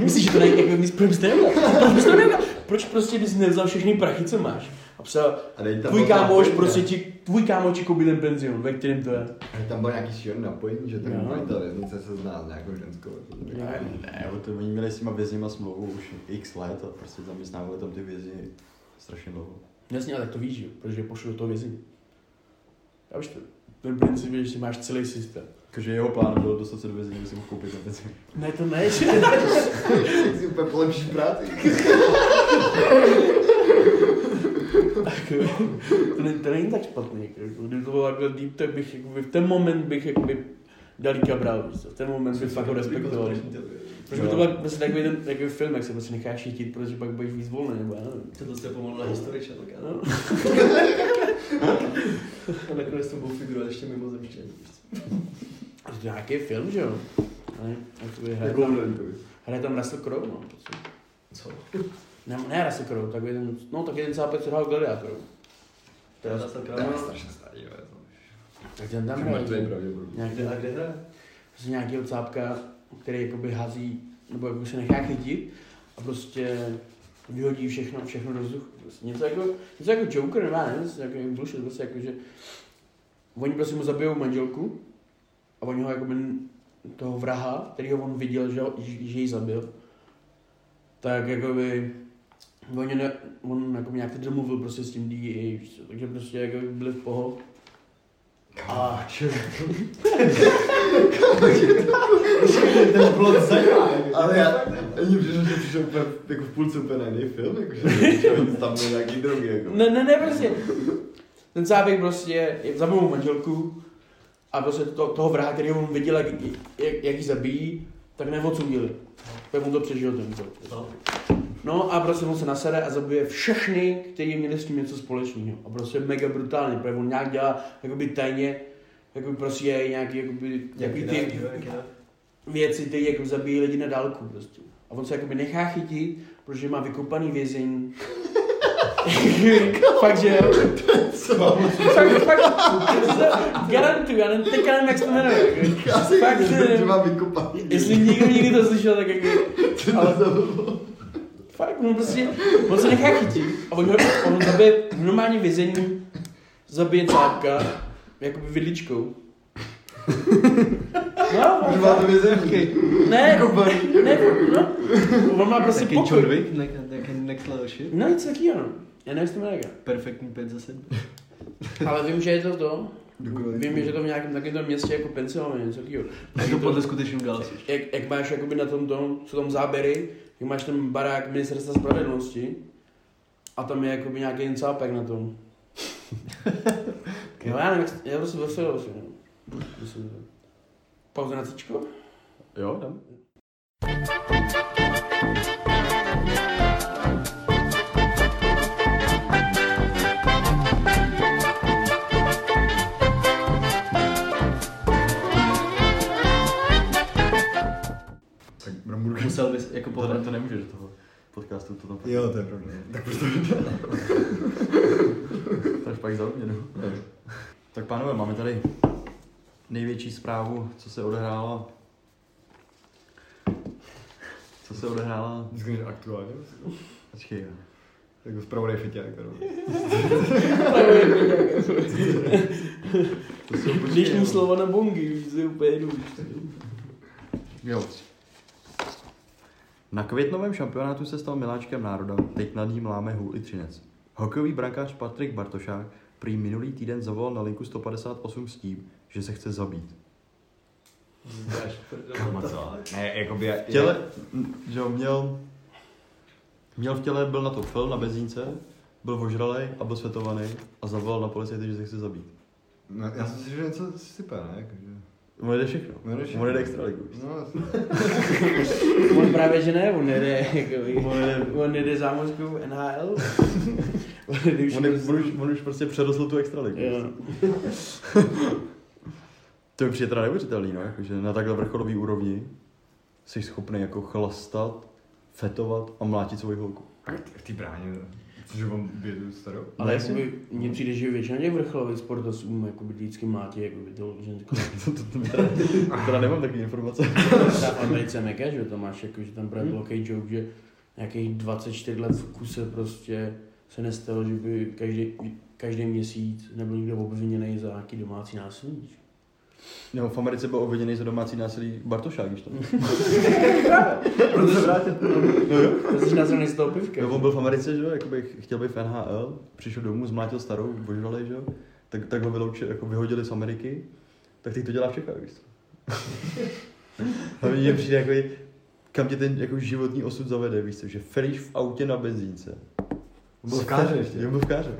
B: Myslíš, že to není jako nic, proč bys to neudělal? Proč bys to neudělal? Proč prostě bys nevzal všechny prachy, co máš? A psal,
F: A dej tam
B: tvůj
F: byl tam
B: kámoš
F: pojď,
B: prostě
F: ne?
B: ti, tvůj kámoš ti koupí ten penzion, ve kterém to je.
F: A tam byl nějaký šílený napojení, že ten
E: No.
B: Jo.
F: majitel věznice se zná s nějakou ženskou. jako
B: Jo.
C: Ne, ne, o to, oni měli s těma vězněma smlouvu už x let a prostě zaměstnávali tam ty vězni strašně dlouho.
B: Jasně, ale tak to víš, že? jo, protože pošlu do toho vězení. Já už to, ten princip je, že máš celý systém.
C: Takže jeho plán byl dostat se do vězení, aby si mohl koupit ten věci.
B: Ne, to ne, že?
F: Jsi úplně polepší práci. Jako-
B: to, ne, to není tak špatný. jako. Kdyby to bylo takhle deep, tak bych jakoby, v ten moment bych jakoby, dalíka bral. víš co. V ten moment bych fakt ho respektoval.
E: Jako
B: Proč by to byl vlastně takový ten takový film, jak se prostě necháš chytit, protože pak budeš víc volný, nebo já nevím.
E: Tohle jste pomalu na historii četl, kámo.
B: No.
E: A nakonec to byl figurovat ještě mimo zemštění.
B: A to je Prostě nějaký film, že jo? Ale jakoby hraje
E: Jako-
F: Jakou
B: tam,
F: nevím, to by.
B: hraje tam Russell Crowe, no. prostě.
E: Co?
B: Ne, ne Russell Crowe, takový ten, no takový ten západ, co hrál Gladiátorů.
E: To je no. zase
F: To je
E: kámo.
F: strašně starý, jo. je to.
B: Tak ten tam
F: Mrtvý
B: hraje.
F: pravděpodobně.
B: Nějaký,
E: Kde a kde hraje?
B: prostě nějakého cápka, který jakoby hází, nebo jako se nechá chytit a prostě vyhodí všechno, všechno do vzduchu. Prostě něco, jako, něco jako Joker, nebo já nevím, něco jako nějaký bullshit, prostě jako, že oni prostě mu zabijou manželku a oni ho jakoby toho vraha, kterýho on viděl, že, ho- že že ji zabil, tak jakoby oni ne, on jako nějak to domluvil prostě s tím DEA, víš co, takže prostě jako byli v poho. A
F: Ten plot zajímavý. Ale já, ani přišel, že přišel úplně, jako v půlce úplně na jiný film, jakože tam byl nějaký drogy, jako.
B: Ne, ne, ne, prostě. Ten záběh prostě je- zabil mu manželku a prostě to, toho vraha, který on viděl, jak, jak, jak ji zabijí, tak neodsudili. Tak on to přežil ten útok.
E: No.
B: No a prostě on se nasere a zabije všechny, kteří měli s tím něco společného. A prostě mega brutálně, protože on nějak dělá jakoby tajně, jakoby prostě je nějaký, jakoby, nějaký ty věci, ty jako zabíjí lidi na dálku prostě. A on se jakoby nechá chytit, protože má vykopaný vězení. fakt, že jo. Fakt, fakt, garantuju, já nevím, teďka nevím, jak se to jmenuje. jako.
F: Já si
B: Fakt,
F: fakt,
B: že-
F: že mám vykopaný.
B: Jestli nikdo nikdy to slyšel, tak jako,
F: Co to
B: ale-
F: za blbo?
B: fakt, on prostě, on se nechá chytit a on, ho, on ho zabije v normální vězení, zabije cápka, jakoby vidličkou. No,
F: Už má to vězení. Jako
B: ne, ne, no. On má prostě
E: Taky John
B: pokoj.
E: Wick, ne- nějaký next level shit.
B: No nic taky ano. Já nevím, jestli to jmenuje.
E: Perfektní 5 za 7.
B: Ale vím, že je to to.
F: Dokonalý.
B: Vím, že je to v nějakém takovém městě jako Pensylvanie, něco takového.
E: Je to podle skutečných událostí.
B: Jak, jak máš jakoby na tom, tom, jsou tam záběry, jak máš ten barák ministerstva spravedlnosti a tam je jakoby nějaký jen cápek na tom. no já nevím, jak s- já prostě veselil si. no. Myslím, že- Pauza na cíčko?
C: Jo, tam.
D: Tak budu
E: Musel bys, jako podle
C: Tohle
E: mě
C: to nemůžeš do toho podcastu, to tam pak,
D: Jo, to je pravda. Tak proč to
C: to až pak za mě, no. Tak pánové, máme tady největší zprávu, co se odehrálo. Co se odehrálo?
D: Vždycky než aktuálně.
C: Počkej, jo.
D: Jako zpravodaj Fiťák, kterou.
C: to jsou
B: Když mu
C: jo.
B: slova na bongy, víš, to je úplně jedu, víš.
C: Jo. Na květnovém šampionátu se stal miláčkem národa, teď nad ním láme hůl i třinec. Hokejový brankář Patrik Bartošák prý minulý týden zavolal na linku 158 s tím, že se chce zabít.
D: Kama, co? Ne, jako by...
C: V těle, m, že jo, měl, měl v těle, byl na to fel na benzínce, byl ožralej a byl světovaný a zavolal na policii, že se chce zabít.
D: No, já jsem si říkal, že něco sype, ne? Jakože...
C: On jede všechno.
D: No, jde všechno.
C: On jede extraligu.
D: No, jasně.
B: On právě, že ne, on jede, jako,
C: On jede-
B: on jede zámořskou NHL. on jede prostě. už
C: On, je, on, už, on už prostě přerostl tu extraligu.
B: Jo.
C: To je přijde teda neuvěřitelný, no, jakože na takhle vrcholový úrovni jsi schopný jako chlastat, fetovat a mlátit svoji holku.
D: A v té bráně, cože mám bědu starou?
B: Ale
C: Ne,
B: jakoby, mně přijde, že většina těch vrcholových sportovců jakoby vždycky mlátí, jakoby to ženskou.
C: To, to, to, mi teda, to teda nemám takové informace.
B: Třeba v Americe mega, že jo, to máš, jako, že tam
C: Hmm.
B: právě byl takový joke, že nějakých 24 let v kuse prostě se nestalo, že by každý, každý měsíc nebyl někdo obviněný za nějaký domácí násilí. že?
C: No, v Americe byl obviněný za domácí násilí Bartošák, když to.
B: No, To jsi nazvaný z toho pivka.
C: Jo, No, on byl v Americe, že jo, jakoby ch- chtěl být v NHL, přišel domů, zmlátil starou, božrali, že jo, tak, tak ho vyloučili, jako vyhodili z Ameriky, tak teď to dělá v Čechách, víš co? Hlavně mě přijde jako, kam tě ten jako životní osud zavede, víš co, že feríš v autě na benzínce.
D: Byl v káře ještě.
C: Jo, byl v káře.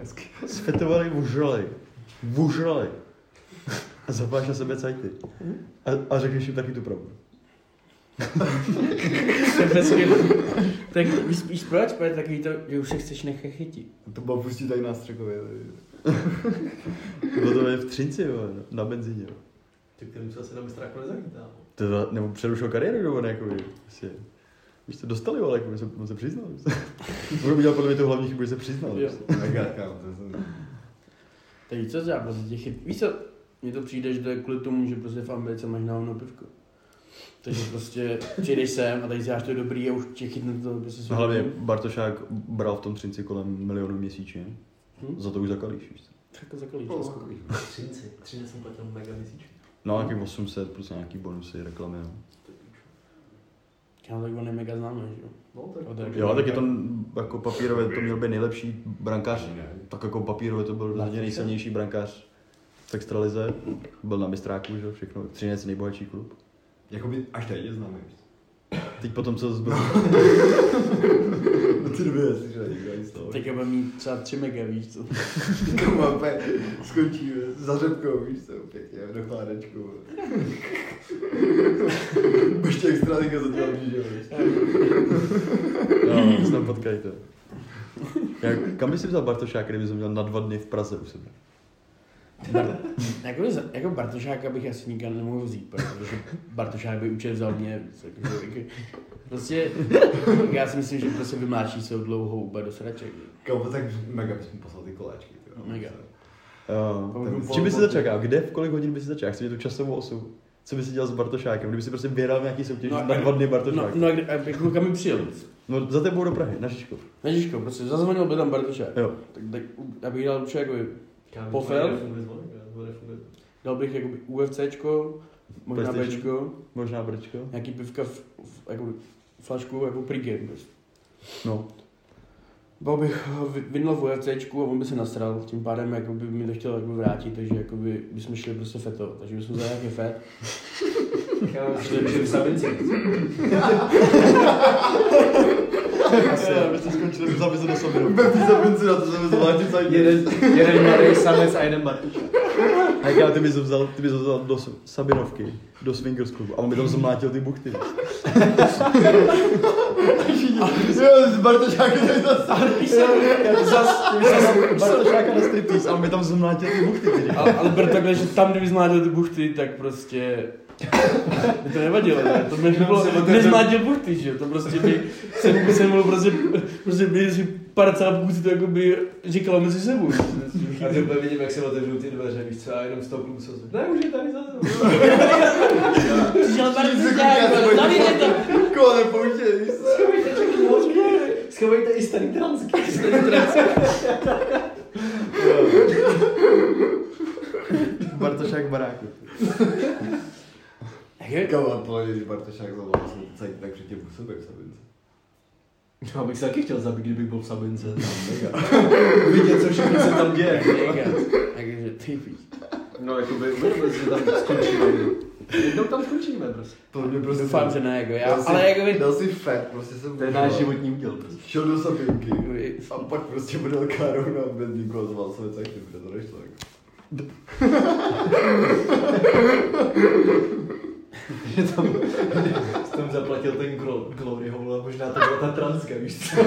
C: Sfetovaný, božrali, božrali. A zapáš na sebe cajty. A, a řekneš jim taky tu pravdu.
B: To je hezky. Tak víš, víš proč? Protože takový to, že už se chceš nechat chytit.
D: To bylo pustí tady na Střekově.
C: Bylo to v Třinci, jo, na benzíně. Jo.
E: Tak ty musel se na mistra jako nezakýtá.
C: Teda, nebo přerušil kariéru, nebo ne, jako by, prostě. Víš, to dostali, ale jako by se, on se přiznal. víš co. On udělal podle mě tu hlavní chybu, že se přiznal.
B: Jo.
C: víš co.
D: Mega, kámo, to jsem...
B: Tak víš co, já prostě tě chyt. Víš co, mně to přijde, že to je kvůli tomu, že prostě v Americe máš na ono pivko. Takže prostě přijdeš sem a tady si dáš to dobrý a už tě chytne to prostě
C: No, hlavně Bartošák bral v tom třinci kolem milionu měsíčně.
B: Hm?
C: Za to už zakalíš, víš co.
B: Tak zakalíš.
E: Třinci. Třinci jsem platil mega měsíčně.
C: No, nějaký 800 plus nějaký bonusy, reklamy, no.
B: Kámo, tak on je mega známý, že jo.
E: No
B: A
E: tak.
B: tak-
C: Jo, tak je to jako papírově, to měl být nejlepší brankář. Tak jako papírově to byl rozhodně nejsilnější brankář v extralize. Byl na mistráku, že jo, všechno. Třinec nejbohatší klub.
D: Jakoby až teď je známý. víš co.
C: Teď potom, co zbyl,
D: Od té doby neslyšel nikdo ani z toho.
B: Teď bude mít třeba 3 mega, víš co.
F: Jako
D: Kámo, úplně skončí za řepkou, víš co, pěkně, do chládečku. Ještě extra teďka za těla blíže, víš co.
C: No, snad potkajte. Já, kam by si vzal Bartošák, kdyby jsi měl na dva dny v Praze u sebe?
B: Jako, za- jako Bartošáka bych asi nikam nemohl vzít, protože Bartošák by určitě vzal mě. Jako, jako, prostě, já si myslím, že prostě vymláčí se dlouhou úplně do sraček. že jo.
D: Kámo, tak mega bychom poslal ty koláčky. ty jo.
B: No, Mega.
C: Uh, s čím by si začal? Kde, v kolik hodin by si začal? Já Chci mít tu časovou osu. Co by si dělal s Bartošákem? Kdyby si prostě vyhrál nějaký soutěž
B: No,
C: na dva dny
B: No,
C: Bartošák.
B: no a, kde, a jako kam mi přijel?
C: No, za tebou do Prahy, na Žižkov.
B: Nežiško, prostě zazvonil by tam Bartošák.
C: Jo.
B: Tak, tak u- abych dal určitě jakoby,
E: Kámo,
B: Pofel?
E: to nefunguje zvonek, já to nefunguje.
B: dal bych jakoby UFCčko, možná
C: PlayStation.
B: Bčko,
C: Možná Brčko.
B: nějaký pivka, v, v, jakoby, flašku, jako pregame prostě.
C: No.
B: Byl bych ho vy- vynul v UFCčku a on by se nasral, tím pádem jakoby, mi to chtěl jakoby, vrátit, takže jakoby, bychom šli prostě fetovat, takže bychom vzali nějaký fet.
E: Kámo, to je v sabinci.
C: Asi, abyste skončili za do sobě.
D: Pepí za penci na to, že jsme zvládli za
E: Jeden, jeden mladý samec a jeden bartušák.
C: A jak já, ty bys ho vzal, ty bys ho vzal do s- Sabinovky, do swingers klubu. A on by tam zmlátil ty buchty.
F: Jo, z Bartošáky tady zase.
C: Zas, ty bys vzal Bartošáka na striptease a on by tam zmlátil ty buchty. Ty.
B: Ale, ale ber takhle, že tam, kdyby zmlátil ty buchty, tak prostě... Mě to nevadilo, ne? to mi bylo, nezmlátil buchty, že jo, to prostě by, jsem, jsem byl prostě, prostě by si pár cápků si to jako by říkalo mezi sebou.
G: A takhle vidím, jak se otevřou ty dveře, víš co, a jenom stopnu se Ne, už je tady zase.
B: Přišel Bartošák, tady je to,
F: Koho nepouštěj, No, víš co?
G: Schovejte všechny hořky. Schovejte i starý transky. Starý transky.
C: Bartošák v baráku.
F: Kama, pojď, když Bartošák zavolal, jsem to vlastně celý tak předtím působil v Sabince.
E: Já bych se taky chtěl zabít, kdybych byl v Sabince.
G: Vidět, co všechno se tam děje.
B: Takže ty víš.
E: No, jakoby uvědomil si, že tam skončíme. Jednou tam skončíme prostě.
F: To mě prostě...
B: Doufám, že ne, jako já,
F: Dal si-
B: ale jako by...
F: Dal si fat, prostě jsem...
E: To je náš životní úděl prostě.
F: Šel do Sabinky. A pak prostě bude károu na bez nikoho zval se tak ty to nešlo. jako.
G: Že tam, že tam zaplatil ten gro- glory hole a možná to byla ta transka, víš co?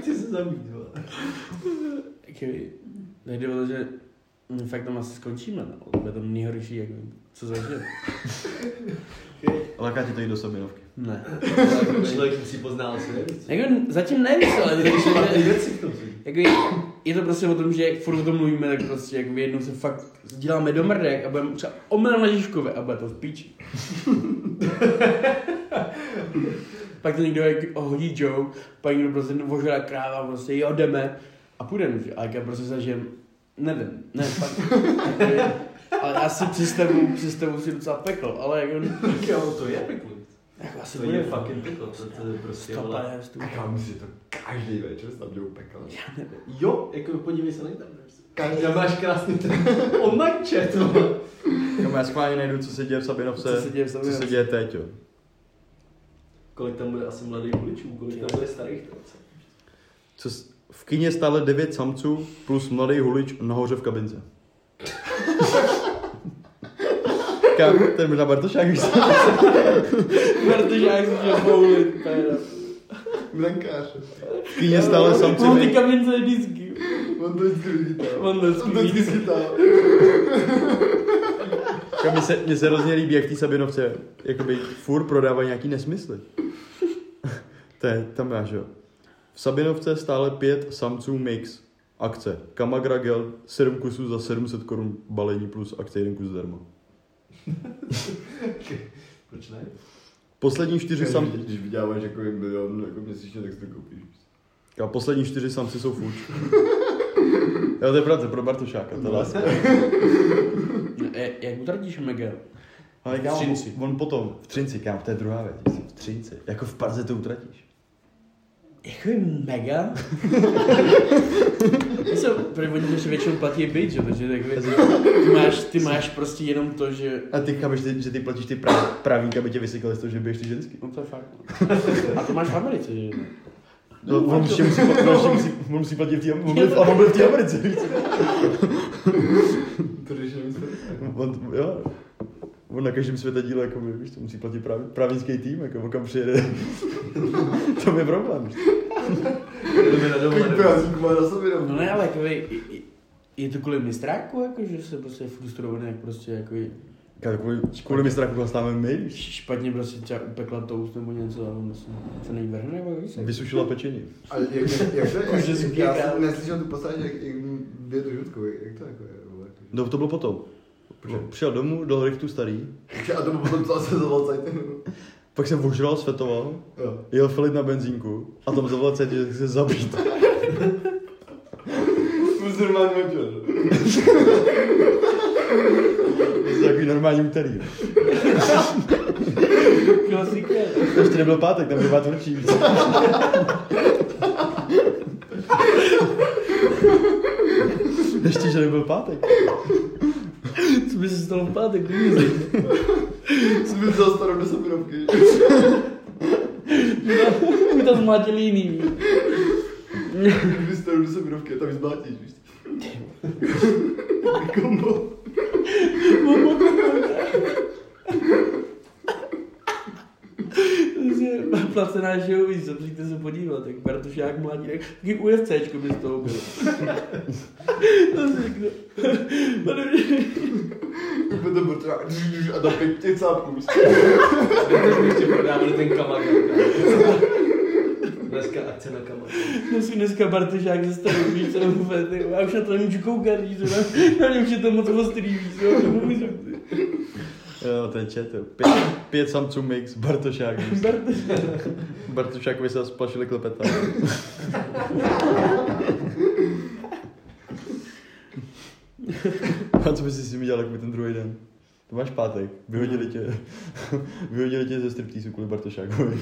G: Chci se zabít, vole.
B: Jakoby, nejde o to, že my fakt tam asi skončíme, no. To bude to nejhorší, jako, co zažil.
C: Laká tě to jít do Sabinovky.
B: Ne.
G: Jako Člověk musí poznal svět.
B: Jako, zatím nevím, ale to je
G: Špatný věci v tom světě.
B: jako, je- je to prostě o tom, že jak furt o tom mluvíme, tak prostě jako jednou se fakt děláme do mrdek a budeme třeba omylem na Žižkově a bude to v píči. pak to někdo jak hodí joke, pak někdo prostě ožrá kráva, prostě jo, jdeme a půjdeme, že? A jak já prostě zažijem, nevím, ne, fakt. jako je- ale já si představu, představu si docela peklo, ale jako,
G: Tak jo, to je peklo.
B: jako asi
G: To je fucking peklo, to, to je prostě, vole.
B: 150 stupňů.
F: A já myslím, že to každý večer s tam pekal.
G: Jo, jako podívej se na internet.
F: Každý
G: Tam máš krásný ten omače, to.
C: Kam já schválně najdu, co se děje v Sabinovce.
B: Co se děje v
C: Co se
B: Sabinovce.
C: děje teď, jo.
G: Kolik tam bude asi mladých voličů, kolik tam bude starých to
C: Co s... V kyně stále 9 samců plus mladý hulič nahoře v kabince. Kam, ten byl na Bartošák, víš co?
B: Protože já jsem chtěl boulit, péra.
F: brankář.
C: V kyně stále samci...
B: On ty
C: nej-
B: kamience je vždycky.
F: On to vždycky vychytal.
B: On to vždycky
F: vychytal.
C: Kam, mně se, mně se hrozně líbí, jak v té Sabinovce jakoby furt prodávají nějaký nesmysly. to je, tam máš, jo. V Sabinovce stále pět samců mix. Akce. Kamagra gel, 7 kusů za 700 korun balení plus akce jeden kus zdarma.
G: Proč ne?
C: Poslední čtyři
F: Když,
C: samci...
F: sam... když vyděláváš jako milion jako měsíčně, tak si to koupíš.
C: A poslední čtyři samci jsou fuč. Jo, to je pravda, pro Bartošáka,
B: No,
C: to vlastně. je láska.
B: E, jak utratíš mega?
C: Ale
B: V
C: kámo,
B: Třinci.
C: on potom, v Třinci, kámo, to je druhá věc, víš co, v Třinci. Jako v Praze to utratíš.
B: Jako je mega? Co, protože oni ještě většinou platí byt, že? Takže takový, ty máš, ty máš prostě jenom to, že...
C: A ty chápeš, že, že ty platíš ty prav, pravík, aby tě vysekali z toho, že běž ty ženský.
B: No to je fakt. A to máš v Americe, že?
C: No, on ještě musí, plat- on ještě musí, on musí platit v té on byl- a on byl v té Americe, víš co.
F: To když nemyslíš.
C: On, jo. On na každém světadíle, jako by, víš, to musí platit prav, pravinský tým, jako on kam přijede. to je problém. víš co.
G: Jdeme na
F: Kolik
G: dovolenou.
F: právník má na sobě
B: No
F: rovnou.
B: ne, ale jako je, je to kvůli mistráku, jako, že se prostě je frustrovaný, jak prostě jako je
C: Kámo, kvůli, kvůli mistraku hlastáme my, víš.
B: špatně prostě třeba upekla toast nebo něco, ale myslím, se není vrhne nebo víš?
C: Vysušila pečení.
F: A jak, jak, jak to
B: Už je
F: je?
B: zbíral.
F: Já jsem neslyšel tu pasáž, jak, jak větu žutkou, jak, jak to jako je? vole?
C: No to bylo potom. No,
F: Počkej.
C: Přijel domů, dal rychtu starý,
F: A to potom to asi zavolal Cajtenu.
C: pak jsem ožral, svetoval,
F: Jo.
C: jel Filip na benzínku a tam zavolal cítě, že chce zabít.
F: Musím normálně večer.
C: To je takový normální úterý.
B: Klasika.
C: To ještě nebyl pátek, tam bývá tvrdší. víc. Ještě, že nebyl pátek.
B: Co by se stalo v pátek? kdo ví, zejde.
F: Jsem byl za starou do Sabinovky.
B: Už tam zmlátili jiný.
F: Kdybyste stranu do seminovky, tam ji zmlátíš, víš. Kombo.
B: Prostě Placená živovíc, přijďte se podívat, tak Bartušák mladínek, taky UFCčko by z toho bylo. to si řeknu. Pane,
F: Úplně to bylo třeba, a tam pět těch cápků, víš.
G: Ještě prodávali ten kamak. Dneska akce na kamak.
B: to no si dneska Bartušák ze starou víc, co nebo ty, já už na to nemůžu koukat, víc, na, na něm už je to moc ostrý, víc, jo, to vůbec nechci.
C: Jo, ten chat, jo. Pět, pět samců mix, Bartošák.
B: Bartuš-
C: Bartošákovi se splašili klepeta. A co bys si s tím udělal, jako ten druhý den? To máš pátek, vyhodili tě, vyhodili tě ze striptýsu kvůli Bartošákovi.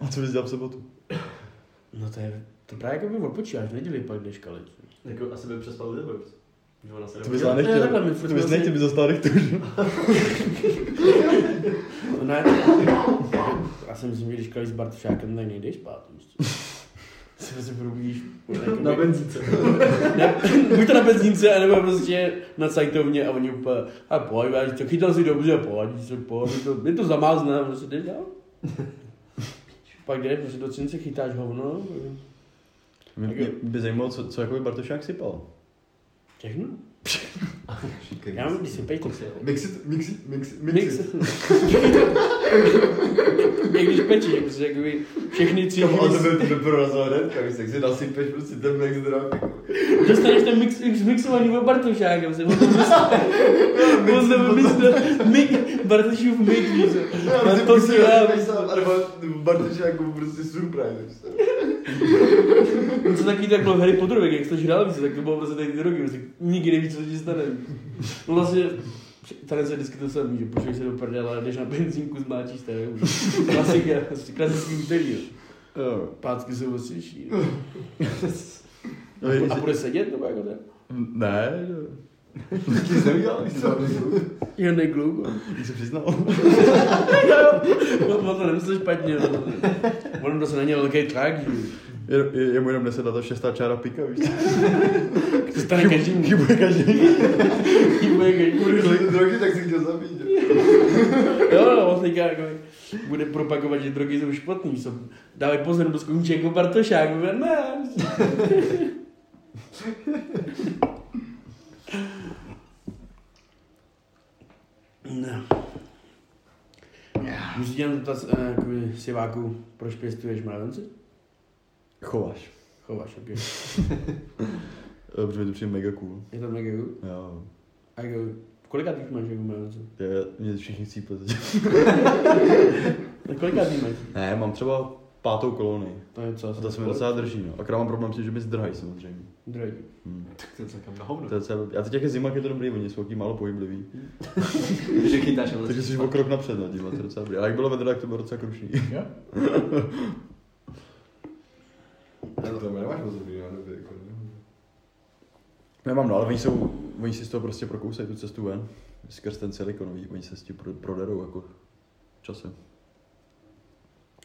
C: A co bys dělal v sobotu?
B: No to je, to právě jako by odpočíváš, v neděli pak jdeš kalit.
G: Jako asi by přespal Liverpool. Že ona se
C: To bys
B: Jo,
C: ale
B: ne,
C: nechtěl,
B: takhle my furt
C: to bys
B: vlastně-
C: nechtěl, bys dostal rychtuž.
B: No ne, já si myslím, že když kalíš s Bartušákem, tak nejdeš spát, víš co. Se prostě probudíš.
G: Na benzínce.
B: Ne, buď to na benzínce, anebo prostě na sajtovně a oni úplně, a pojď, a to chytal si dobře, pojď, se pojď, je to, je to zamázne, a prostě jdeš dál. Pak jdeš, prostě do cince chytáš hovno,
C: Mě, mě by zajímalo, co, co jakoby Bartošák sypal.
B: všechno. Já mám, když si pejte.
F: Mixit, mixit, mixit,
B: Mix.
F: mixit.
B: Jak když pečeš, prostě jakoby všechny cíl.
F: Kam, ale to byl to prorazová hnedka, víš, tak si nasypeš prostě ten mix drak.
B: Dostaneš ten mix, mix mixovaný o Bartošákem, se o tom myslel. Mix, Bartošův mix, víš co.
F: Ale
B: to si dám.
F: A nebo, nebo Bartoš jako prostě surprise, víš. co.
B: No co taky takhle v Harry Potterově, jak jsi hrál víc, tak to bylo prostě tady ty drogy, prostě nikdy nevíš, co ti stane. No vlastně, tady se vždycky to samý, že počuješ se do prdele, jdeš na benzínku, zmáčíš tady. Klasika, prostě klasický úterý. jo.
C: Jo.
B: Pátky jsou ostřejší.
C: No, jestli-
B: A bude sedět, nebo jako to?
C: Ne,
F: Nic neudělal, víš co.
B: Jen kluk.
C: jak se přiznal.
B: No on to nemyslel špatně. no. On to se na něj velký tlak, že jo.
C: Je, je, je mu jenom 10 let a šestá čára pika, víš?
B: To stane každému.
C: Chybuje každý.
B: Chybuje každému.
F: Když ty drogy, tak si chtěl zabít, jo.
B: Jo, no, on teďka jako bude propagovat, že drogy jsou špatný. Jsou, dávej pozor, nebo skončí jako Bartošák. Bude, ne. No. Musíte jen dotaz eh, jakoby siváku, proč pěstuješ mravence?
C: Chováš.
B: Chováš, ok.
C: Eh, Protože mi to přijde mega cool.
B: Je to mega good.
C: Jo.
B: A jako, kolika ty máš jako mravence?
C: Je, mě všichni cípli teď.
B: Na kolika ty máš?
C: Ne, mám třeba pátou kolony.
B: To je co?
C: A to se mi docela drží, no. Akorát mám problém s tím, že mi zdrhají samozřejmě.
B: Drogy.
C: Hm.
E: Tak to je celkem na hovno.
C: To je docela blbý. A teď jak je zima, jak je to dobrý, oni jsou taky málo pohybliví.
E: Že chytáš ale
C: Takže jsi o krok napřed nad tím, a to je docela dobrý. Ale jak bylo vedro, tak to bylo docela krušný.
F: Tak to nemáš moc dobrý, já nevím, jako.
C: Nemám, no, ale oni, jsou, oni si z toho prostě prokousají tu cestu ven. Skrz ten silikonový, oni se s tím pro- proderou jako časem.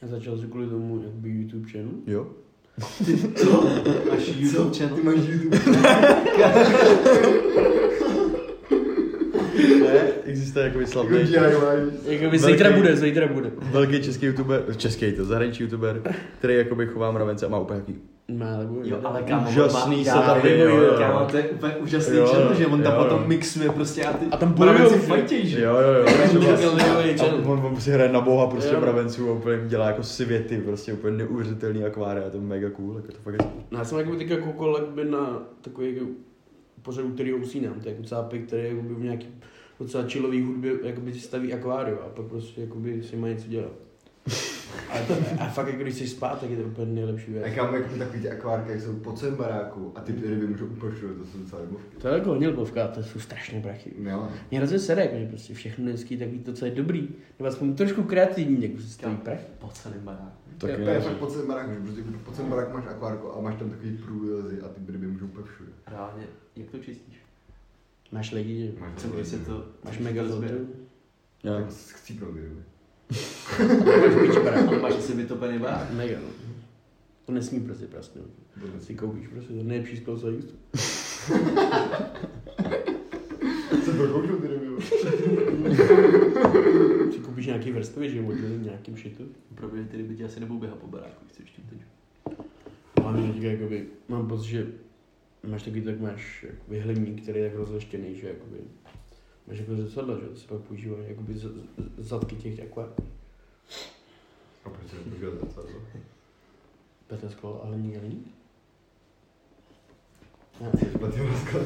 B: A začal jsi kvůli tomu jakoby YouTube channel?
C: Jo?
E: Máš YouTube channel.
F: Ty máš YouTube.
C: Ne, existuje jako
F: Jako
C: slavný.
F: DIY. víš co.
B: Jakoby
C: Velký-
B: zítra bude, zítra bude.
C: Velký český youtuber, český to zahraniční youtuber, který jakoby chová mravence a má úplně jaký
B: Má takový.
E: Jo, ale kámo,
C: Úžasný setup,
E: jo,
C: jo, jo.
E: Kámo, to je úplně úžasný
C: Jo,
E: channel, že on tam
C: jo.
E: potom mixuje prostě a ty...
B: A tam
E: právě
B: bojujou,
E: si
B: že?
E: fajtěj, že?
C: Jo, jo, jo.
B: měl nejlepší
C: A
B: channel.
C: on, on si hraje na boha prostě
B: Jo.
C: mravenců a úplně dělá jako světy, prostě úplně neuvěřitelný akvária, to je mega cool, jako to fakt je...
B: No, já jsem jakoby teďka koukal jakoby na takový jako pořadu, který usínám, to je jako cápek, který jakoby v nějaký docela chillový hudbě jakoby si staví akvárium a pak prostě jakoby si má něco dělat. A, to, a fakt jako když jsi spát, tak je to úplně nejlepší věc.
F: A kámo, jak takový ty akvárky, jak jsou po celém baráku a ty ryby můžou upašovat, to jsou docela rybovky.
B: To je jako honilkovka, to jsou strašné prachy.
F: Jo.
B: Mě hrozně sere, jako, že prostě všechno je hezký, takový to, co je dobrý, nebo aspoň trošku kreativní, jako se staví prachy.
E: Po celém baráku.
C: Tak
F: To je fakt po celém baráku, že prostě po celém baráku máš akvárko a máš tam takový průlezy a ty ryby můžou úplně všude.
E: Reálně, jak to čistíš?
B: Máš lidi, že?
F: Máš
E: Co
F: takový
E: když se to...
B: Máš mega
E: rozběr.
B: rozběr.
C: Jo.
F: Tak chcípnou ty ryby.
E: Máš asi vytopený barák.
B: Mega, no. To nesmí prostě prasknout. Si koupíš prostě to nejlepší sklo, co existuje.
F: Co to kouknu ty nebylo?
B: Si koupíš nějaký vrstvěč, že modlí nějakým šitu.
E: Proběhly ty ryby ti asi nebudou běhat po baráku, chci ještě teď.
B: Hlavně teďka jakoby, mám pocit, že máš takový, tak máš jakoby hliník, který je tak rozleštěný, že jakoby máš jako zrcadla, že to se pak používají jakoby z, z, zadky těch jako, takové
D: A proč jsem použil zrcadlo?
B: petr sklo a hliník a hliník. Ne,
D: Špatný rozklad.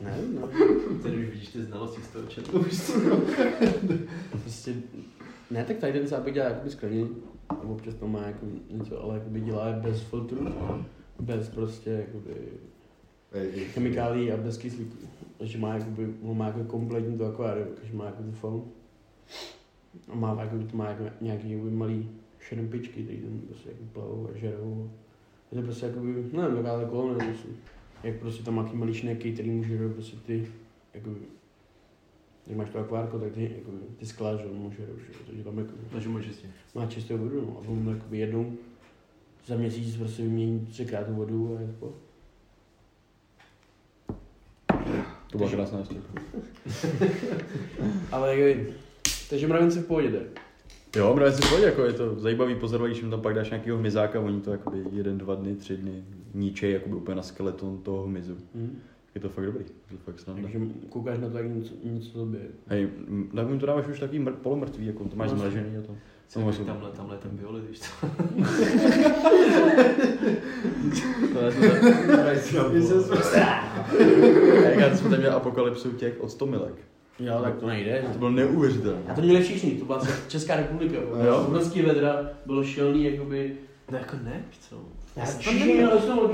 B: ne, ne.
E: Tady už vidíš ty znalosti z toho chatu.
B: Prostě, ne, tak tady ten zápět dělá jakoby sklenění, a občas to má jako něco, ale jakoby dělá je bez filtru, bez prostě jakoby chemikálií a bez kyslíku. Že má jakoby, on má jako kompletní to akvárium, že má jako tu faunu. A má jako, to má jako nějaký jakoby malý šermpičky, který tam prostě jako plavou a žerou. Je to prostě jakoby, nevím, jaká to kolonie prostě. Jak prostě tam má ty malý šneky, který mu žerou prostě ty, jakoby, když máš to akvárko, tak ty, jakoby, ty skla, že on mu žerou, že jo, takže tam jakoby,
E: Takže No, můžeš čistě.
B: má čistou vodu, no. A on jakoby jednou za měsíc prostě vymění třikrát tu vodu a je to.
C: To byla krásná historka.
B: Ale jakoby, takže mravenci v pohodě jde.
C: Jo, mravenci v pohodě, jako je to zajímavý pozorovat, když jim tam pak dáš nějakého hmyzáka, oni to jakoby jeden, dva dny, tři dny ničej jakoby úplně na skeleton toho hmyzu.
B: Mm.
C: Je to fakt dobrý, je to fakt snadné.
B: Takže koukáš na to, jak něco, něco tobě.
C: Hej, m, tak mu to dáváš už takový mr- polomrtvý, jako to máš
B: No,
C: zmražený a to.
E: Jsi
C: No,
E: no,
C: jsou-
E: tamhle, tamhle ten violet, víš co?
C: A jak jsem tam měl apokalypsu těch od 100 milek.
B: Jo, tak to nejde.
C: To bylo neuvěřitelné.
B: A to měli všichni, to byla ce- Česká republika.
C: Jo.
B: Jo. Obrovský vedra, bylo šilný, jakoby...
E: No jako ne, víš co?
B: Já Šíšení měli dostanou,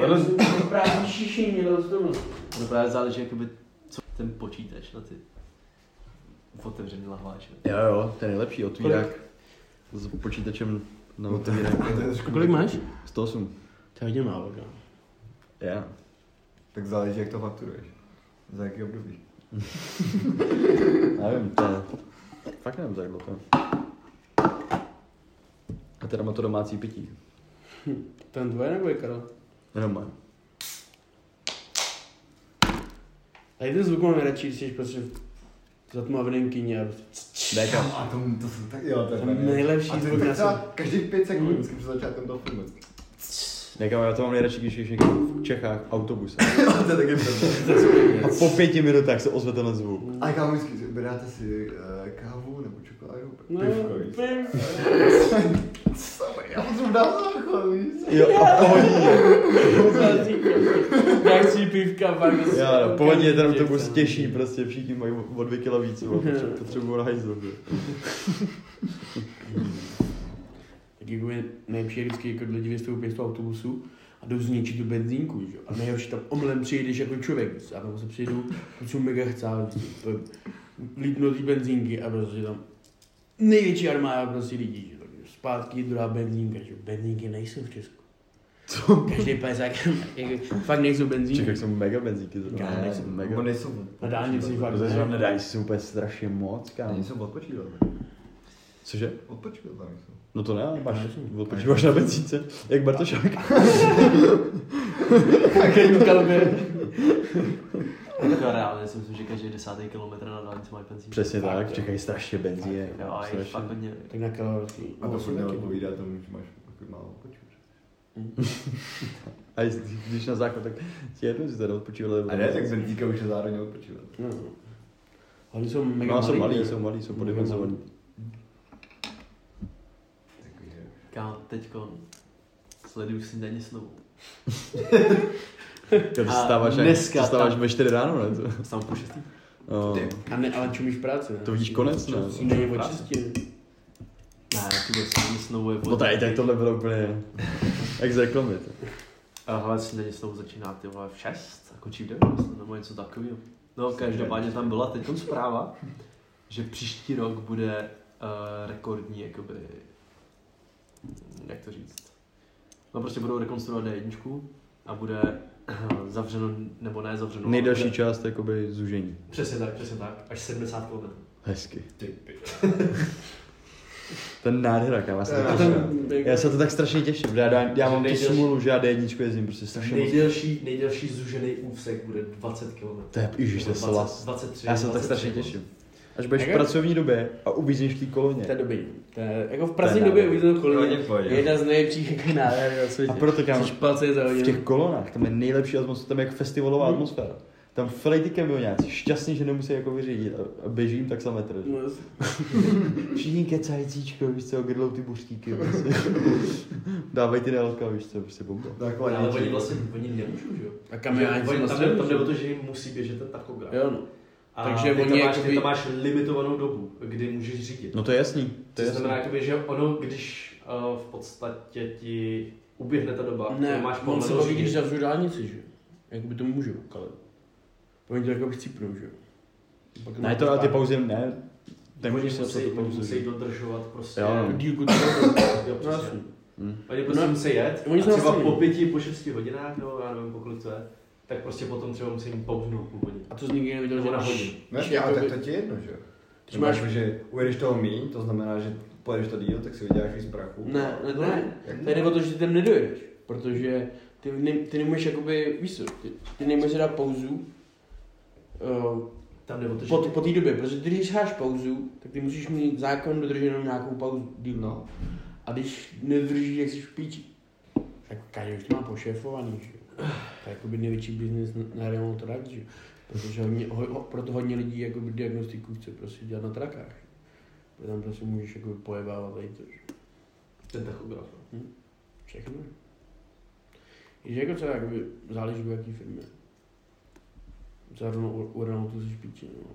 B: právě šíšení měli dostanou.
E: No právě záleží, jakoby, co ten počítač na ty otevřený lahváče.
C: Jo, jo, ten je lepší otvírák s počítačem na
F: No,
C: otvírák.
B: Kolik máš?
C: 108.
B: To je hodně málo, kámo.
C: Já.
D: Tak záleží, jak to fakturuješ. Za jaký období.
C: Nevím, to je... Fakt nevím, za jak dlouho. A teda má to domácí pití.
B: Ten tvoje nebo je Karel?
C: Jenom má.
B: Tady ten zvuk mám nejradši, když jsi prostě v zatmaveném kyně a prostě...
C: Déka.
F: No, A to, to jsou tak, jo, to je
B: To
F: pravda.
B: nejlepší
F: A to je
B: zvuk
F: tak
B: na
F: třeba
B: světě.
F: každých pět sekund,
B: Mm.
F: vždycky před začátkem toho filmu.
C: Déka, já to mám nejradši, když jsi někde v Čechách v autobuse.
F: Jo, to je taky pravda.
C: A po pěti minutách se ozve tenhle zvuk.
F: A kámo, vždycky si vyberáte si eh, kávu nebo čokoládu?
B: No,
F: Pivko, víš.
B: piv.
F: Co, já potřebuji dát záchod, víš?
C: Jo, a po hodině.
B: Já chci pivka, pak...
C: Já, no, po hodině ten autobus těší, prostě všichni mají o dvě kila víc, vole, potře- potřebují na hajzl. vole.
B: Tak jako je nejlepší je vždycky, jako lidi vystoupí z toho autobusu a jdou zničit tu benzínku, že? jo. A nejhorší tam omylem přijdeš jako člověk, víc. a tam se přijdu, to jsou mega chcá, líbnou ty benzínky a prostě tam největší armáda prostě lidí, že? jo. Takže zpátky druhá benzínka, že? jo. Benzínky nejsou v Česku. Co? Každý pesák, jako, fakt nejsou
C: V
B: benzínky.
C: Čechách jsou mega benzíky zrovna.
B: Já nejsem-
C: mega.
D: Nebo nejsou...
B: Na dálnici fakt
C: To se
B: ne.
C: vám nedají super strašně moc, kámo.
D: Nejsou odpočívat.
C: Cože?
D: Odpočívat tam nejsou.
C: No to ne, ale máš,
B: Já nejsem.
C: odpočíváš na benzínce, jak Bartošák.
B: Takový kalbě.
E: Jako reálně si myslím, že každý desátý kilometr na dálnici mají benzín.
C: Přesně
B: Fakt,
C: tak,
B: jo.
C: čekají strašně benzíny.
E: Jo, a je fakt hodně.
B: Tak na kalorky. No,
F: A to furt
B: taky.
F: neodpovídá tomu, že máš jako málo počít.
C: A jestli- když na záchod, tak ti jedno, že tady odpočívali.
F: A ne, tak benzínka už je zároveň odpočívat.
B: No. Oni jsou mega
C: No, Hmm. jsou malí,
B: že?
C: jsou malí, jsou podimenzovaní.
F: Takže
E: Kámo, teďko sleduju si denně snovu.
C: Ty
E: A
C: vstáváš, jak-
E: dneska
C: ty vstáváš
E: tam-
C: ve 4 ráno, ne? To,
E: Tam po šestý.
C: no.
B: A ne, ale čumíš práci, ne?
C: to vidíš konec, ne?
B: Si nejde o čistě.
E: Ne, ty vole, snídaně snovu je
C: No tady, tak tohle bylo úplně, jak z reklamy. to.
E: A hele, snídaně snovu začíná ty vole v jako 6 a končí v 9, myslím, nebo něco takového. No, každopádně tam byla teď zpráva, že příští rok bude eh, rekordní, jakoby, hm, jak to říct. No prostě budou rekonstruovat D1 a bude eh, zavřeno, nebo ne zavřeno. ale
C: Nejdelší
E: bude-
C: část, jakoby zužení.
E: Přesně tak, přesně tak, až 70 km.
C: Hezky. To je nádhera, kámo. Já, se
B: A
C: to těším.
B: ten,
C: já se to tak strašně těším, protože já, dá- já mám tu
G: Nejdelší-
C: smůlu, že já D1 jezdím prostě strašně moc.
G: Nejdelší, nejdelší zužený úsek bude 20 km.
C: To je, ježiš, to je
G: 20,
C: slas.
G: 23.
C: Já se to tak
G: 23,
C: strašně
G: no.
C: těším. Až budeš v
B: Jak je?
C: pracovní době a uvízíš v té koloně.
B: To je dobrý. To je, jako v Praze
C: To je
B: době
C: nádherný.
B: uvidíte to
D: Hodně
B: kolem.
D: v pohodě.
B: Je jedna z nejlepších jako nádher na světě.
C: A proto, kámo,
B: Chceš placet za
C: V
B: hodinu.
C: těch kolonách, tam je nejlepší atmosféra, tam je jak festivalová atmosféra. Tam filej ty kamionáci, šťastný, že nemusí jako vyřídit a- a běžím tak za metr.
B: No, jasně.
C: Všichni kecají cíčko, víš co, grlou ty buřtíky, prostě. Dávají ty nelka, víš co, prostě bomba.
F: Taková
G: Ale oni
F: něčí.
G: vlastně, oni nemůžou, že jo?
B: A
G: Oni-
B: kamiáci
G: tam, jde, tam jde o to, že jim musí běžet ten takograf.
B: Jo, no.
G: A
B: Takže
G: Takže ty,
B: oni
G: tam máš,
B: jakoby-
G: ty tam máš limitovanou dobu, kdy můžeš řídit.
C: No to je jasný, to
G: To
C: je
G: znamená,
C: jasný.
G: jakoby, že ono, když uh, v podstatě ti uběhne ta doba, kterou
B: Ne,
G: máš
B: on se
G: povolenou
B: baví,
G: řídit.
B: když zavřu dálnici, že? Jakoby to můžu, ale... Oni to jako chcípnou, že? Pak
C: Ne,
B: máš
C: to a ty
B: pár-
C: pauzy ne, nemůžeš
G: Oni
C: se psat
G: musí,
C: tu
G: oni musí
C: pauzu.
G: dodržovat prostě.
C: Jo, no.
B: Dílku toho.
G: jo
B: No,
G: přesně.
B: jasně.
G: Oni prostě
B: No,
G: musí jet,
B: oni
G: a
B: jsou
G: třeba
B: asi-
G: po pěti, po šesti hodinách, nebo já nevím, po kolik to je, tak prostě potom třeba musím poupnout půl hodiny.
B: A to jsi nikdy neviděl, že
G: Nebo na
B: když-
G: hodinu.
F: Ne,
B: když
F: ale
B: jakoby-
F: tak to ti je jedno, že jo?
B: Když máš...
F: že ujedeš toho míň, to znamená, že pojedeš to díl, tak si vyděláš víc prachu.
B: Ne, ne, to ne. Tady o to, že ty tam nedojedeš, protože ty, ne, ty nemůžeš jakoby, víš co, ty, ty nemůžeš si dát pauzu uh,
G: Tam nebo to, že...
B: po, po té době, protože ty, když háš pauzu, tak ty musíš mít zákon dodrženou nějakou pauzu díl.
F: No.
B: A když nedržíš, jak jsi v píči. Tak každý už to má pošéfovaný, že jo. To je jakoby největší biznis na remontu trak, že jo. Protože hodně, ho, ho, proto hodně lidí jakoby diagnostiku chce prostě dělat na trakách. Protože tam prostě můžeš jakoby pojebávat tady to, že jo.
G: Ten tachograf.
B: všechno. Že jako třeba jakoby záleží u jaký firmy. Třeba rovnou u, u remontu jsi v píči, no.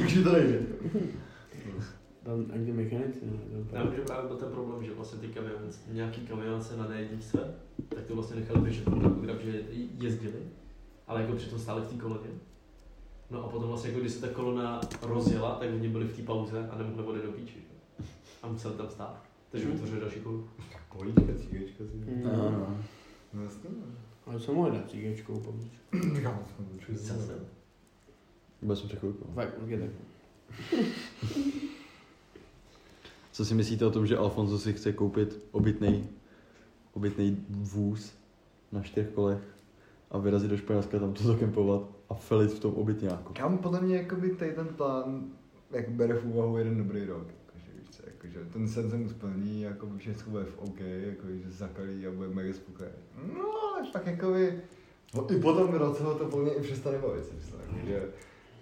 F: Takže to nejde.
B: Tam ani ty mechanici, no. to je
G: Já vím, že právě byl ten problém, že vlastně ty kamion, nějaký kamionce na D1, tak to vlastně nechali běžet ten tachograf, že jezdili, ale jako přitom stáli v té koloně. No a potom vlastně, jako když se ta kolona rozjela, tak oni byli v té pauze a nemohli vody do píči. že jo. A museli tam stát.
E: Hmm.
G: Takže vytvořili další kolu.
F: Pojíčka, cígečka si.
B: Mm.
F: No,
C: No, no.
F: no, jasně.
B: Ale jsem mohl dát cígačkou pomoct.
G: Zase.
C: Byl jsem před chvilkou.
B: Fakt, určitě tak.
C: Co si myslíte o tom, že Alfonso si chce koupit obytný, obytný vůz na čtyřech kolech a vyrazit do Španělska tam to zakempovat a felit v tom obytňáku?
F: Kam podle mě jakoby tady ten plán jak bere v úvahu jeden dobrý rok. Jakože, víš co, jakože ten sen se mu splní, jako všechno bude v OK, jako že zakalí a bude mega spokojený. No ale pak jakoby, no, i po tom roce ho to plně i přestane bavit, si myslím, jakože,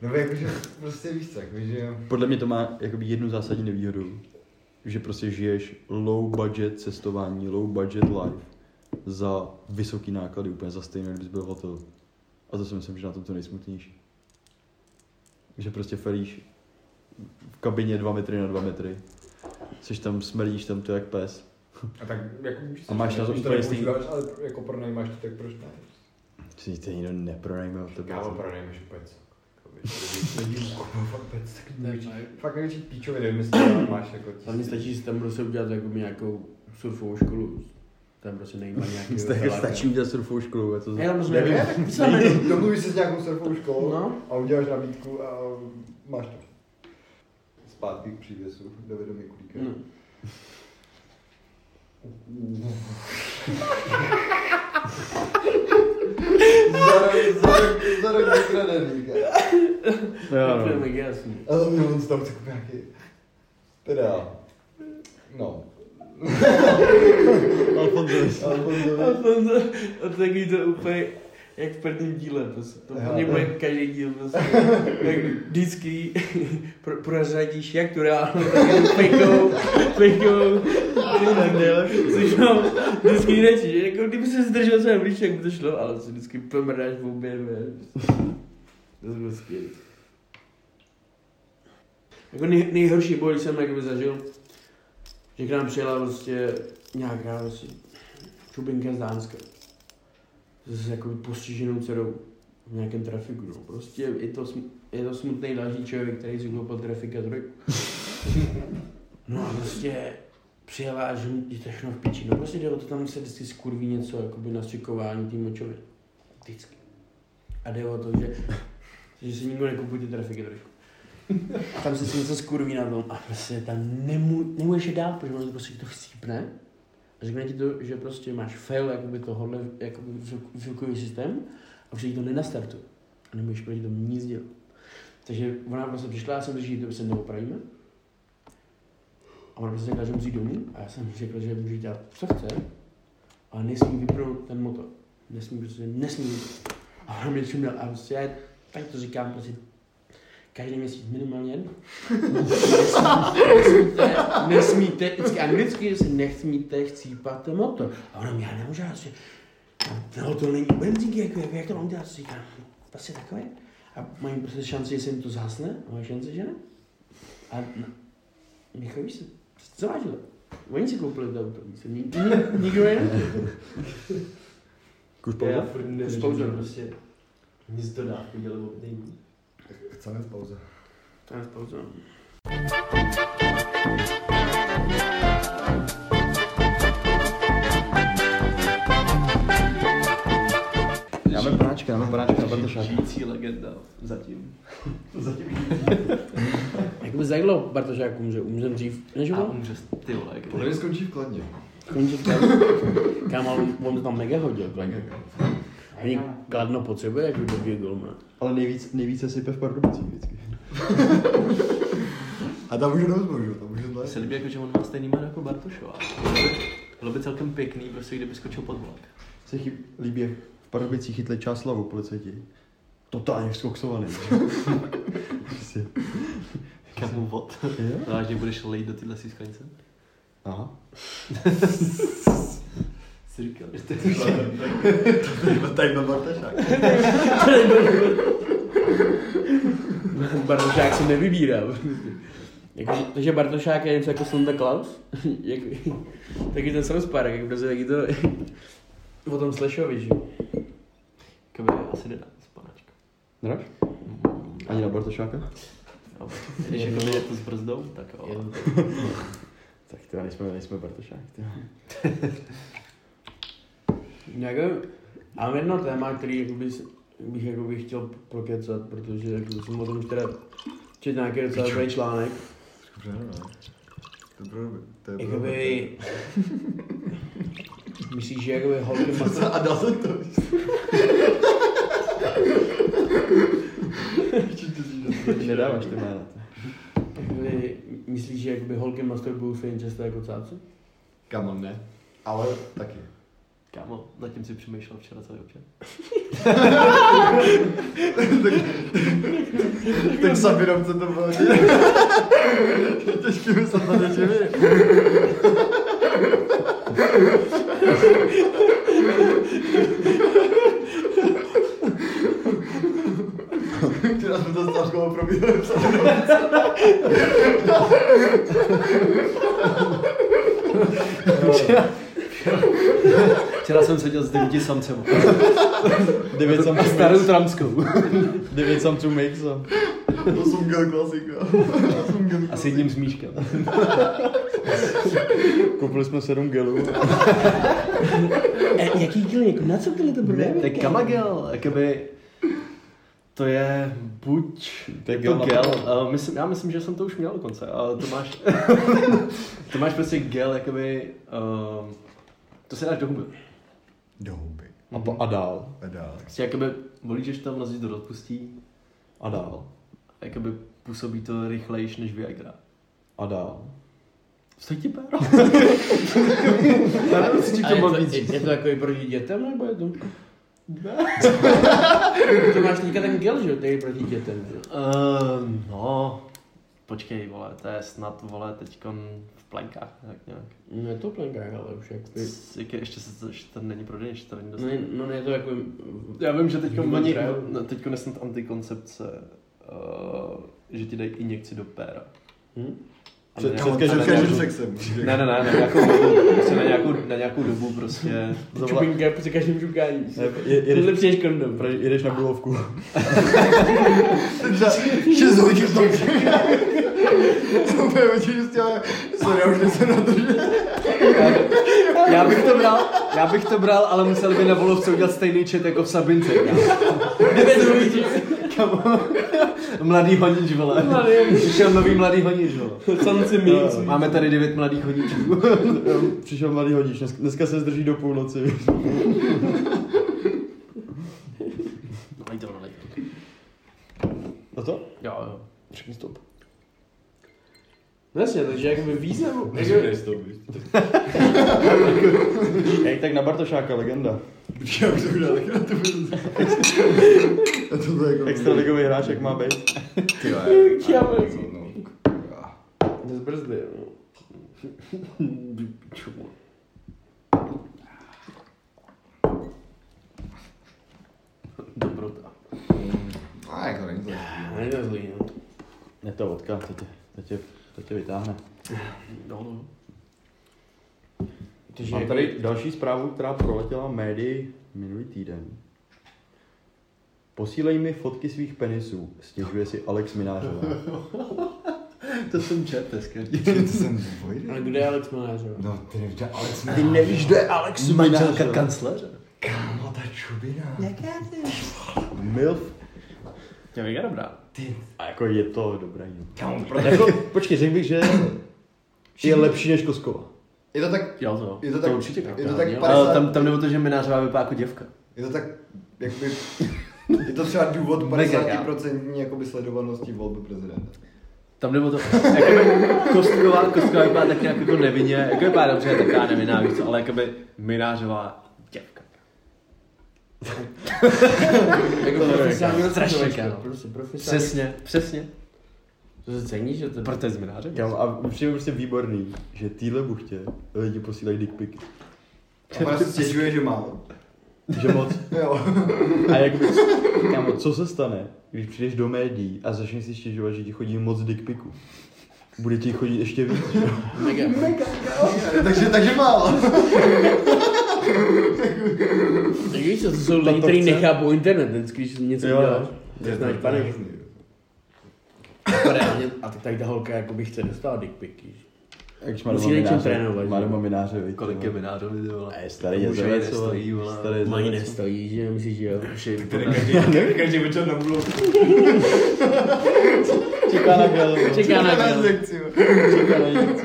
F: nebo jakože prostě víš co, jakože,
C: Podle mě to má jakoby jednu zásadní nevýhodu, že prostě žiješ low budget cestování, low budget life za vysoký náklady, úplně za stejné, kdybys byl v hotelu. A to si myslím, že na tom to nejsmutnější. Že prostě felíš v kabině 2 metry na 2 metry, seš tam, smrdíš tam to jak pes.
F: a tak jako víš
C: co, A máš na to když to úplně stejný- nepoužíváš,
F: ale jako pronajímáš to, tak proč ne?
C: Ty to nikdo nepronajme od tebe.
F: pronajímáš úplně co.
B: Ne,
F: Fakt největší píčově myslím, máš jako
B: Tam mi stačí si tam prostě udělat jako nějakou surfovou školu. Tam prostě nejma nějaký
C: Tak stačí udělat surfovou školu, a to
B: Já tam prostě
F: Nevím,
B: nevím.
F: tak
B: Co tam jde?
F: domluvíš se s nějakou surfovou školou
B: No.
F: a uděláš nabídku a máš to. Zpátky k přívěsu Davida Mikulíka.
B: No.
F: za rok, za rok, za rok vykradený. kámo.
C: Jo,
B: To je
C: no.
B: mega jasný.
F: Ale mě on tam takový nějaký... Teda... No.
C: Alfonso,
F: Ale on to
B: A to, to, a to taky to úplně jak v prvním díle, prostě. to
F: Jo.
B: mě bude každý díl, prostě. jak vždycky pro, prořadíš jak tu reálnou, tak i tu fejkou, fejkou, což no, vždycky nečí, že jako kdyby se zdržel své blíž, jak by to šlo, ale si vždycky pomrdáš v obě dvě. To bylo skvělé. Jako nej, nejhorší boj jsem jakoby zažil, že k nám přijela prostě nějaká prostě Čubinka z Dánska. S jakoby postiženou dcerou v nějakém trafiku, no. Prostě je to, sm- je to smutný další člověk, který si koupil trafika trojku. No a prostě přijela a že je to všechno v piči. No prostě jde o to, tam se vždycky skurví něco, jakoby na střikování tým močově. Vždycky. A jde o to, že, že si nikdo nekoupí ty trafiky trojku. A tam se si něco skurví na tom a prostě tam nemů, nemůžeš je dát, protože ono to prostě to chcípne. A řekne ti to, že prostě máš fail jakoby tohohle jakoby vlk- vlkový systém a že ti to nenastartuje. A nemůžeš proti tomu nic dělat. Takže ona prostě přišla, já jsem řekl, že jí to prostě neopravíme. A ona prostě řekla, že musí domů a já jsem řekl, že může dělat co chce, ale nesmí vypnout ten motor. Nesmí prostě, nesmí vypnout. A ona mě čím dál a prostě já tak to říkám prostě každý měsíc minimálně jedno. nesmíte, nesmíte, vždycky anglicky, že nesmíte chcípat ten motor. A ona mi, já nemůžu, já si, no to není benzínky, jak, jak, jak to mám dělat, si říkám, prostě takové. A mají prostě šanci, jestli jim to zhasne, a mají šanci, že ne. A no, Michal, víš se, co máš dělat? Oni si koupili to auto, víš co, ni- ni- nikdo jiný.
C: Kus
G: Já
C: pauza?
G: furt nevím,
B: Spouze.
G: že prostě nic dodávky dělalo není.
F: Chceme v pauze.
B: To je spouze.
C: Já mám panáčka, já mám panáčka na Bartošáku.
E: Žijící legenda. Zatím.
B: Jak by zajímalo Bartošák umře, umře dřív, než
E: A
B: on?
E: umře ty vole. jak-
D: Podle mě skončí v Kladně.
B: Končí tam. Kámo, ale on to tam mega hodil. Kladno. Oni Kladno potřebuje jako dobrý golmana.
C: Ale nejvíc, nejvíc se sype v Pardubicích vždycky.
F: A tam už jdou že jo, tam už jdou
E: Mně se líbí, jako, že on má stejný jméno jako Bartošová. Bylo by celkem pěkný, prostě kdyby skočil pod vlak.
C: Se chyb, líbí, jak v Pardubicích chytli Čáslavu policajti. Totálně skoksovaný. Prostě.
E: Kam mu vod. No, že budeš lejt do tyhle sklenice?
C: Aha.
E: Jsi říkal, že to je
F: Tady na Bartašák.
B: Bartošák si nevybírá. Jako, takže Bartošák je něco jako Santa Claus. jako, taky ten samspárek, jak prostě taky to... o tom Slashovi, že? jo.
E: Kebe, asi nedá z panáčka.
C: Nedáš? Ani na Bartošáka?
E: Jo. Když jako je to s brzdou, tak jo.
C: Tak teda nejsme, nejsme Bartošák. Teda.
B: Jako, a mám jedno téma, který jakoby, s- bych jakoby chtěl prokecat, protože jako, jsem o tom už teda četl nějaký docela dobrý článek.
F: Dobře, no. To je pro to je pro-
B: Jakoby... Myslíš, že jakoby holky mají...
F: A dal jsem to.
C: Nedáváš ty jména.
B: Jakoby, myslíš, že jakoby holky masturbují stejně často jako cáci?
F: Kamo, ne. Ale taky.
E: Kámo, nad tím si přemýšlel včera celý občan.
F: Tak sabirovce to bylo. Těžký myslet na něčem Včera jsme to s Taškou probírali v sabirovce.
E: Včera jsem seděl s devíti samcem.
C: Devět samců
E: starou tramskou.
C: mix. Devět samců mix. a-
F: To jsem girl klasika. To jsem girl
E: A s jedním zmíškem.
C: Koupili jsme sedm gelů.
B: E, jaký díl, jako na co tyhle to bylo?
E: To je kamagel, jakoby... To je buď...
C: To je
E: je
C: gel
E: to
C: na
E: gel.
C: prdel.
E: eh, myslím, já myslím, že jsem to už měl dokonce, ale to máš... to máš prostě gel, jakoby... Uh, to se dáš do huby.
F: Do huby.
C: A, po, a dál.
F: A dál.
E: Prostě jakoby volíš, že tam vlezíš do rozpustí,
C: A dál.
E: jakoby působí to rychlejš než Viagra.
C: A dál.
E: Co ti péro?
B: Já nevím,
E: co ti k
B: je,
E: tomu
B: to,
E: mám víc
B: je, je to jako i proti dětem, nebo je to? to máš teďka ten gel, že jo, to je proti dětem, že jo.
E: Ehm, no, počkej, vole, to je snad, vole, teďkon v plenkách, tak nějak.
B: No je to plenkách, ale už jako...
E: S- Jak je, ještě se to, ještě to není prodej, ještě to není dost.
B: No, je- no ne, je to jako...
E: Já vím, že teďkon
B: Human
E: oni,
B: trial.
E: no, teďkon je snad antikoncepce, uh, že ti dají injekci do péra.
B: Hm?
E: A
C: Před-
E: na
C: před
E: nějakou-
C: každým-
E: na
C: každým
E: nějakou-
F: sexem.
E: Ne, ne, ne, na nějakou dobu, prostě na nějakou, na nějakou dobu prostě.
B: Čupinka při každém žukání.
C: Ne, je-
B: Tohle
C: jedeš,
B: přijdeš kondom.
C: pra- jedeš na bulovku.
F: 6 hodin tam Super, hodin chtěl, sorry, já už nejsem na to, že...
E: Já bych to bral, já bych to bral, ale musel by na volovce udělat stejný čet jako v Sabince.
B: Kde to vidíš?
E: Mladý honič, vole. Přišel nový mladý honič, vole.
B: Something means me.
E: Máme tady devět mladých honičů.
C: Jo, Přišel mladý hodíš, dneska, dneska se zdrží do půlnoci.
E: Dej to, dej to.
C: Na to?
E: Jo, jo.
C: Řekni stop.
B: No jasně, takže jakoby význam.
E: Jako-
D: Nežerej to, víš.
C: Hej, tak na Bartošáka, legenda.
D: Počkej, já bych to udělal, tak já to budu. A to bylo jako...
C: Extraligový hráč, jak má být.
D: Ty jo,
B: Já
D: já.
B: bych-
D: No, kurva.
B: Nezbrzdy, no.
E: Dobrota.
D: A jako není to.
B: Ne, to je zlý, no.
C: Je to vodka, to tě, to tě, to tě vytáhne.
E: No, no.
B: Takže jako-
C: Mám tady další zprávu, která proletěla médii minulý týden. Posílej mi fotky svých penisů, stěžuje si Alex Minářová.
E: To jsem čet dneska.
D: To jsem dvojde.
B: Ale kdo je Alex Minářová?
E: Jako
D: No, ty nevíš, že Alex
C: Ty nevíš, kde je Alex Minářová.
E: kancléře.
D: Kámo, ta čubina.
C: Milf.
E: Já vím, dobrá.
C: A jako je to dobré. no.
D: Kámo, proto...
C: Jako, počkej, řekl bych, že je lepší než Koskova.
D: Je to tak...
E: Jo, to jo.
D: Je to tak...
E: určitě
D: Je to tak
B: jo.
D: 50...
E: Ale tam, tam nebo to, že Minářová vypadá jako děvka.
D: Je to tak, jakby, je to třeba důvod
E: Mega
D: 50% jakoby sledovanosti volby prezidenta.
E: Tam nebo to, jakoby kostková, kostková vypadá tak nějak jako nevinně, jako vypadá dobře, je taková nevinná, víš co, ale jakoby minářová děvka.
B: Jako
E: kámo.
B: profesionální
E: Strašně,
B: rozpočtovačka.
E: kámo.
B: Prostě profesionální.
E: Přesně, přesně.
B: To se cení, že to je...
E: Protože z mináře.
C: Kámo, a mi přijde prostě výborný, že týhle buchtě lidi posílají dickpiky.
D: A ona se stěžuje, že má.
C: Že moc.
D: Jo.
C: A jak bys, kámo, co se stane, když přijdeš do médií a začneš si stěžovat, že ti chodí moc dickpiků? Bude ti jich chodit ještě víc. že jo?
D: takže, takže málo.
B: Tak víš co, to jsou lidi,
C: to
B: kteří
C: chce.
B: nechápou internet, vždycky, když něco
C: Jo, jo.
B: uděláš. To znáš panik. A reálně, a tak tady ta holka jakoby chce dostat dick pic, víš.
C: A Když
B: Musí najít čím trénovat,
C: Má
B: že?
C: doma mináře, viď,
E: Kolik je
C: jo.
E: minářový, ty vole.
C: A je starý
E: Muž ani
C: jezevec, vole.
E: nestojí, vole.
C: Starý jezevec.
B: Mají nestojí, že myslíš, že jo?
E: Všej,
D: Každý večer na budou.
C: Čeká na gelu.
B: Čeká na
D: Na
B: to.
D: sekci. jo.
C: Čeká na něco.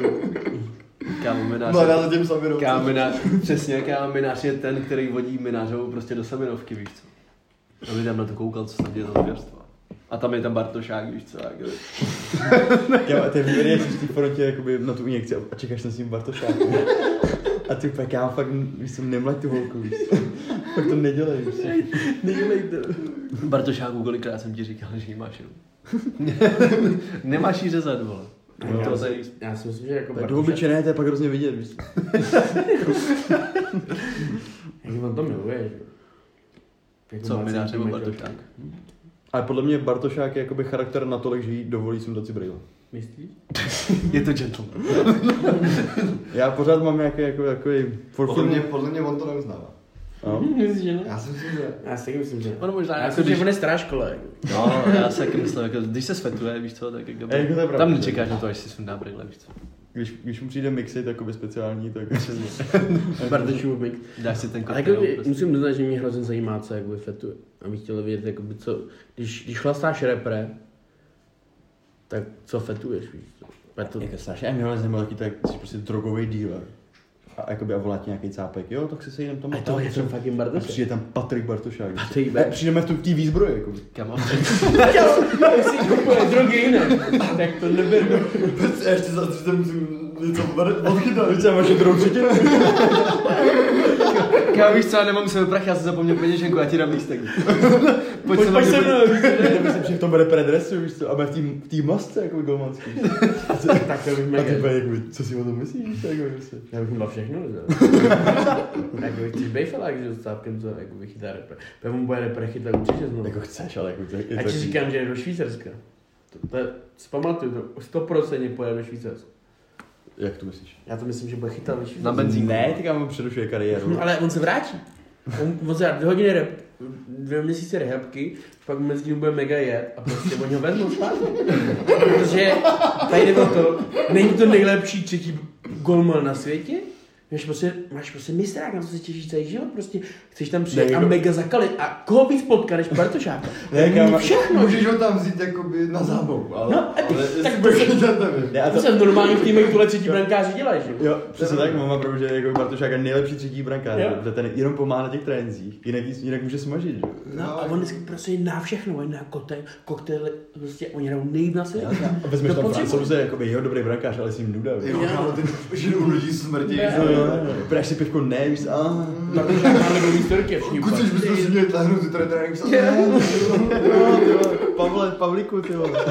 E: kámo minář.
D: No, já zatím sami
E: Kámo
D: rovnou.
E: minář, přesně, kámo minář je ten, který vodí minářovou prostě do seminovky, víš co. Aby tam na to koukal, co se děje za zvěrstva. A tam je tam Bartošák, víš co, jakoby.
C: Kámo, a ty výběry, jak jsi v té frontě jakoby na tu injekci a- a čekáš tam s tím Bartošákem. A ty úplně, kámo, fakt, víš co, nemlať tu holku, víš co. Fakt to nedělej, víš co.
E: Nedělej to. Bartošáku, kolikrát jsem ti říkal, že ji máš jenom. Nemáš jí řezat, vole.
B: No.
E: To tady...
B: Já si myslím, že jako
C: Tak
B: Bartošák-
C: do obliče ne, to je pak hrozně vidět, víš co.
B: Jak on to miluje, že jo? Jako
E: Co,
B: má
E: minář nebo
B: centimetr.
E: Bartošák?
C: Ale podle mě Bartošák je jakoby charakter natolik, že jí dovolí sundat si brýle.
B: Myslíš?
E: Je to gentleman.
C: Já pořád mám nějaký jako, takový for
D: Podle
C: fun.
D: mě, podle mě on to neuznává.
C: No.
B: Myslíš, že ne?
D: Já si myslím, že...
B: Já si taky myslím, že ne.
E: Ono možná
B: Já
E: jako
B: si myslím,
E: když-
B: že on je stará škola. jako.
E: No, já si taky myslím, jako, když se svetuje, víš co, tak jak
C: A jako to je
E: dobrý.
C: pravda.
E: Tam nečekáš na to, až si sundá brýle, víš co.
C: Když, když mu přijde mixit jakoby speciální, tak...
B: Bartošův mix.
E: Dáš si ten
B: A jako,
E: koktejl. prostě.
B: musím doznat, že mě hrozně zajímá, co jakoby fetuje. A bych chtěl vědět, jakoby, co, když, když chlastáš repre, tak co fetuješ, víš? co? Úplně To,
C: Jako strašně, já mi hrozně zajímalo, jaký to je, jsi prostě drogový dealer. A jakoby a volá ti nějaký cápek, jo, tak si sejdem tam.
B: a to je ten fucking
C: a
B: Bartošek.
C: přijde tam Patrik Bartošák.
B: Patrik
C: A
B: Bartošák.
C: přijdeme v tom té výzbroji, jako.
E: Kámo,
B: si kupuje drogy jiné. tak to neberu.
D: Prostě já ještě za tři to musím něco brát.
C: Odchytal, víc, máš druhou třetinu.
E: kámo, víš co, já nemám svůj prach, já jsem zapomněl peněženku, já ti dám lístek. Pojď se mnou.
C: se mnou, víš co, ne? Myslím, že v tom bude predresu, víš co, a bude v tý- v té masce, jako golmanský. A co-
B: Tak to bych
C: A ty
B: mega.
C: bude, jako, co si o tom myslíš, víš co, jako, prostě.
B: Já bych mu dal všechno, že? jako chceš bejfelák, že s cápkem to jako vychytá repre. Pak mu bude repre chytat určitě znovu.
C: Jako chceš, ale jako to je
B: Já ti říkám, že je do Švýcarska. To, to je, si pamatuju, to stoprocentně pojede do Švýcarska.
C: Jak to myslíš?
B: Já to myslím, že bude chytat ve
E: Na
B: Švýcarsku.
E: benzín.
C: Ne, ty kámo přerušuje kariéru.
B: Hm, ale on se vrátí. On, on se dá dvě hodiny rep, dvě měsíce rehabky, pak mezi tím bude mega jet a prostě oni ho vezmou zpátky. Protože tady jde o to, není to nejlepší třetí golman na světě, Máš prostě, máš prostě mistrák, na co se těšíš celý život, prostě chceš tam přijet
C: Ne,
B: a
C: kdo-
B: mega zakalit. A koho víc potká, než Bartošáka?
C: Ne, kámo,
B: všechno.
F: Můžeš ho tam vzít jakoby na zábavu, ale...
B: No, a ty- tak
F: jestli
B: to
F: budeš
B: se-
F: dělat nevím.
C: Ne, a
B: To
C: to,
B: se v normálním týmu tuhle třetí brankáři dělají, že jo?
C: jo, přesně tak, mám opravdu, že jako Bartošák je nejlepší třetí brankář,
B: Jo.
C: protože ten jenom pomáhá na těch trénincích, jinak, jinak může smažit, že? jo.
B: No, a on vždycky prostě je na všechno, je na kote, koktejly, prostě oni hrajou nejlíp na světě.
C: A vezmeš
B: To
C: tam
B: potřebuji.
C: francouze, jakoby, jo, dobrý brankář, ale jsi jim nuda, jo.
F: Jo,
B: Jo.
F: kámo, ty že u lidí smrti.
B: Ne.
C: Jo, jo, jo. Práš si pivko, ne, víš, a...
B: Bartošák má nebo výstorky, všichni
F: Kuci, že bychom si měli táhnout ty tady trénink sám. Ne,
C: Pavle, Pavliku, ty vole.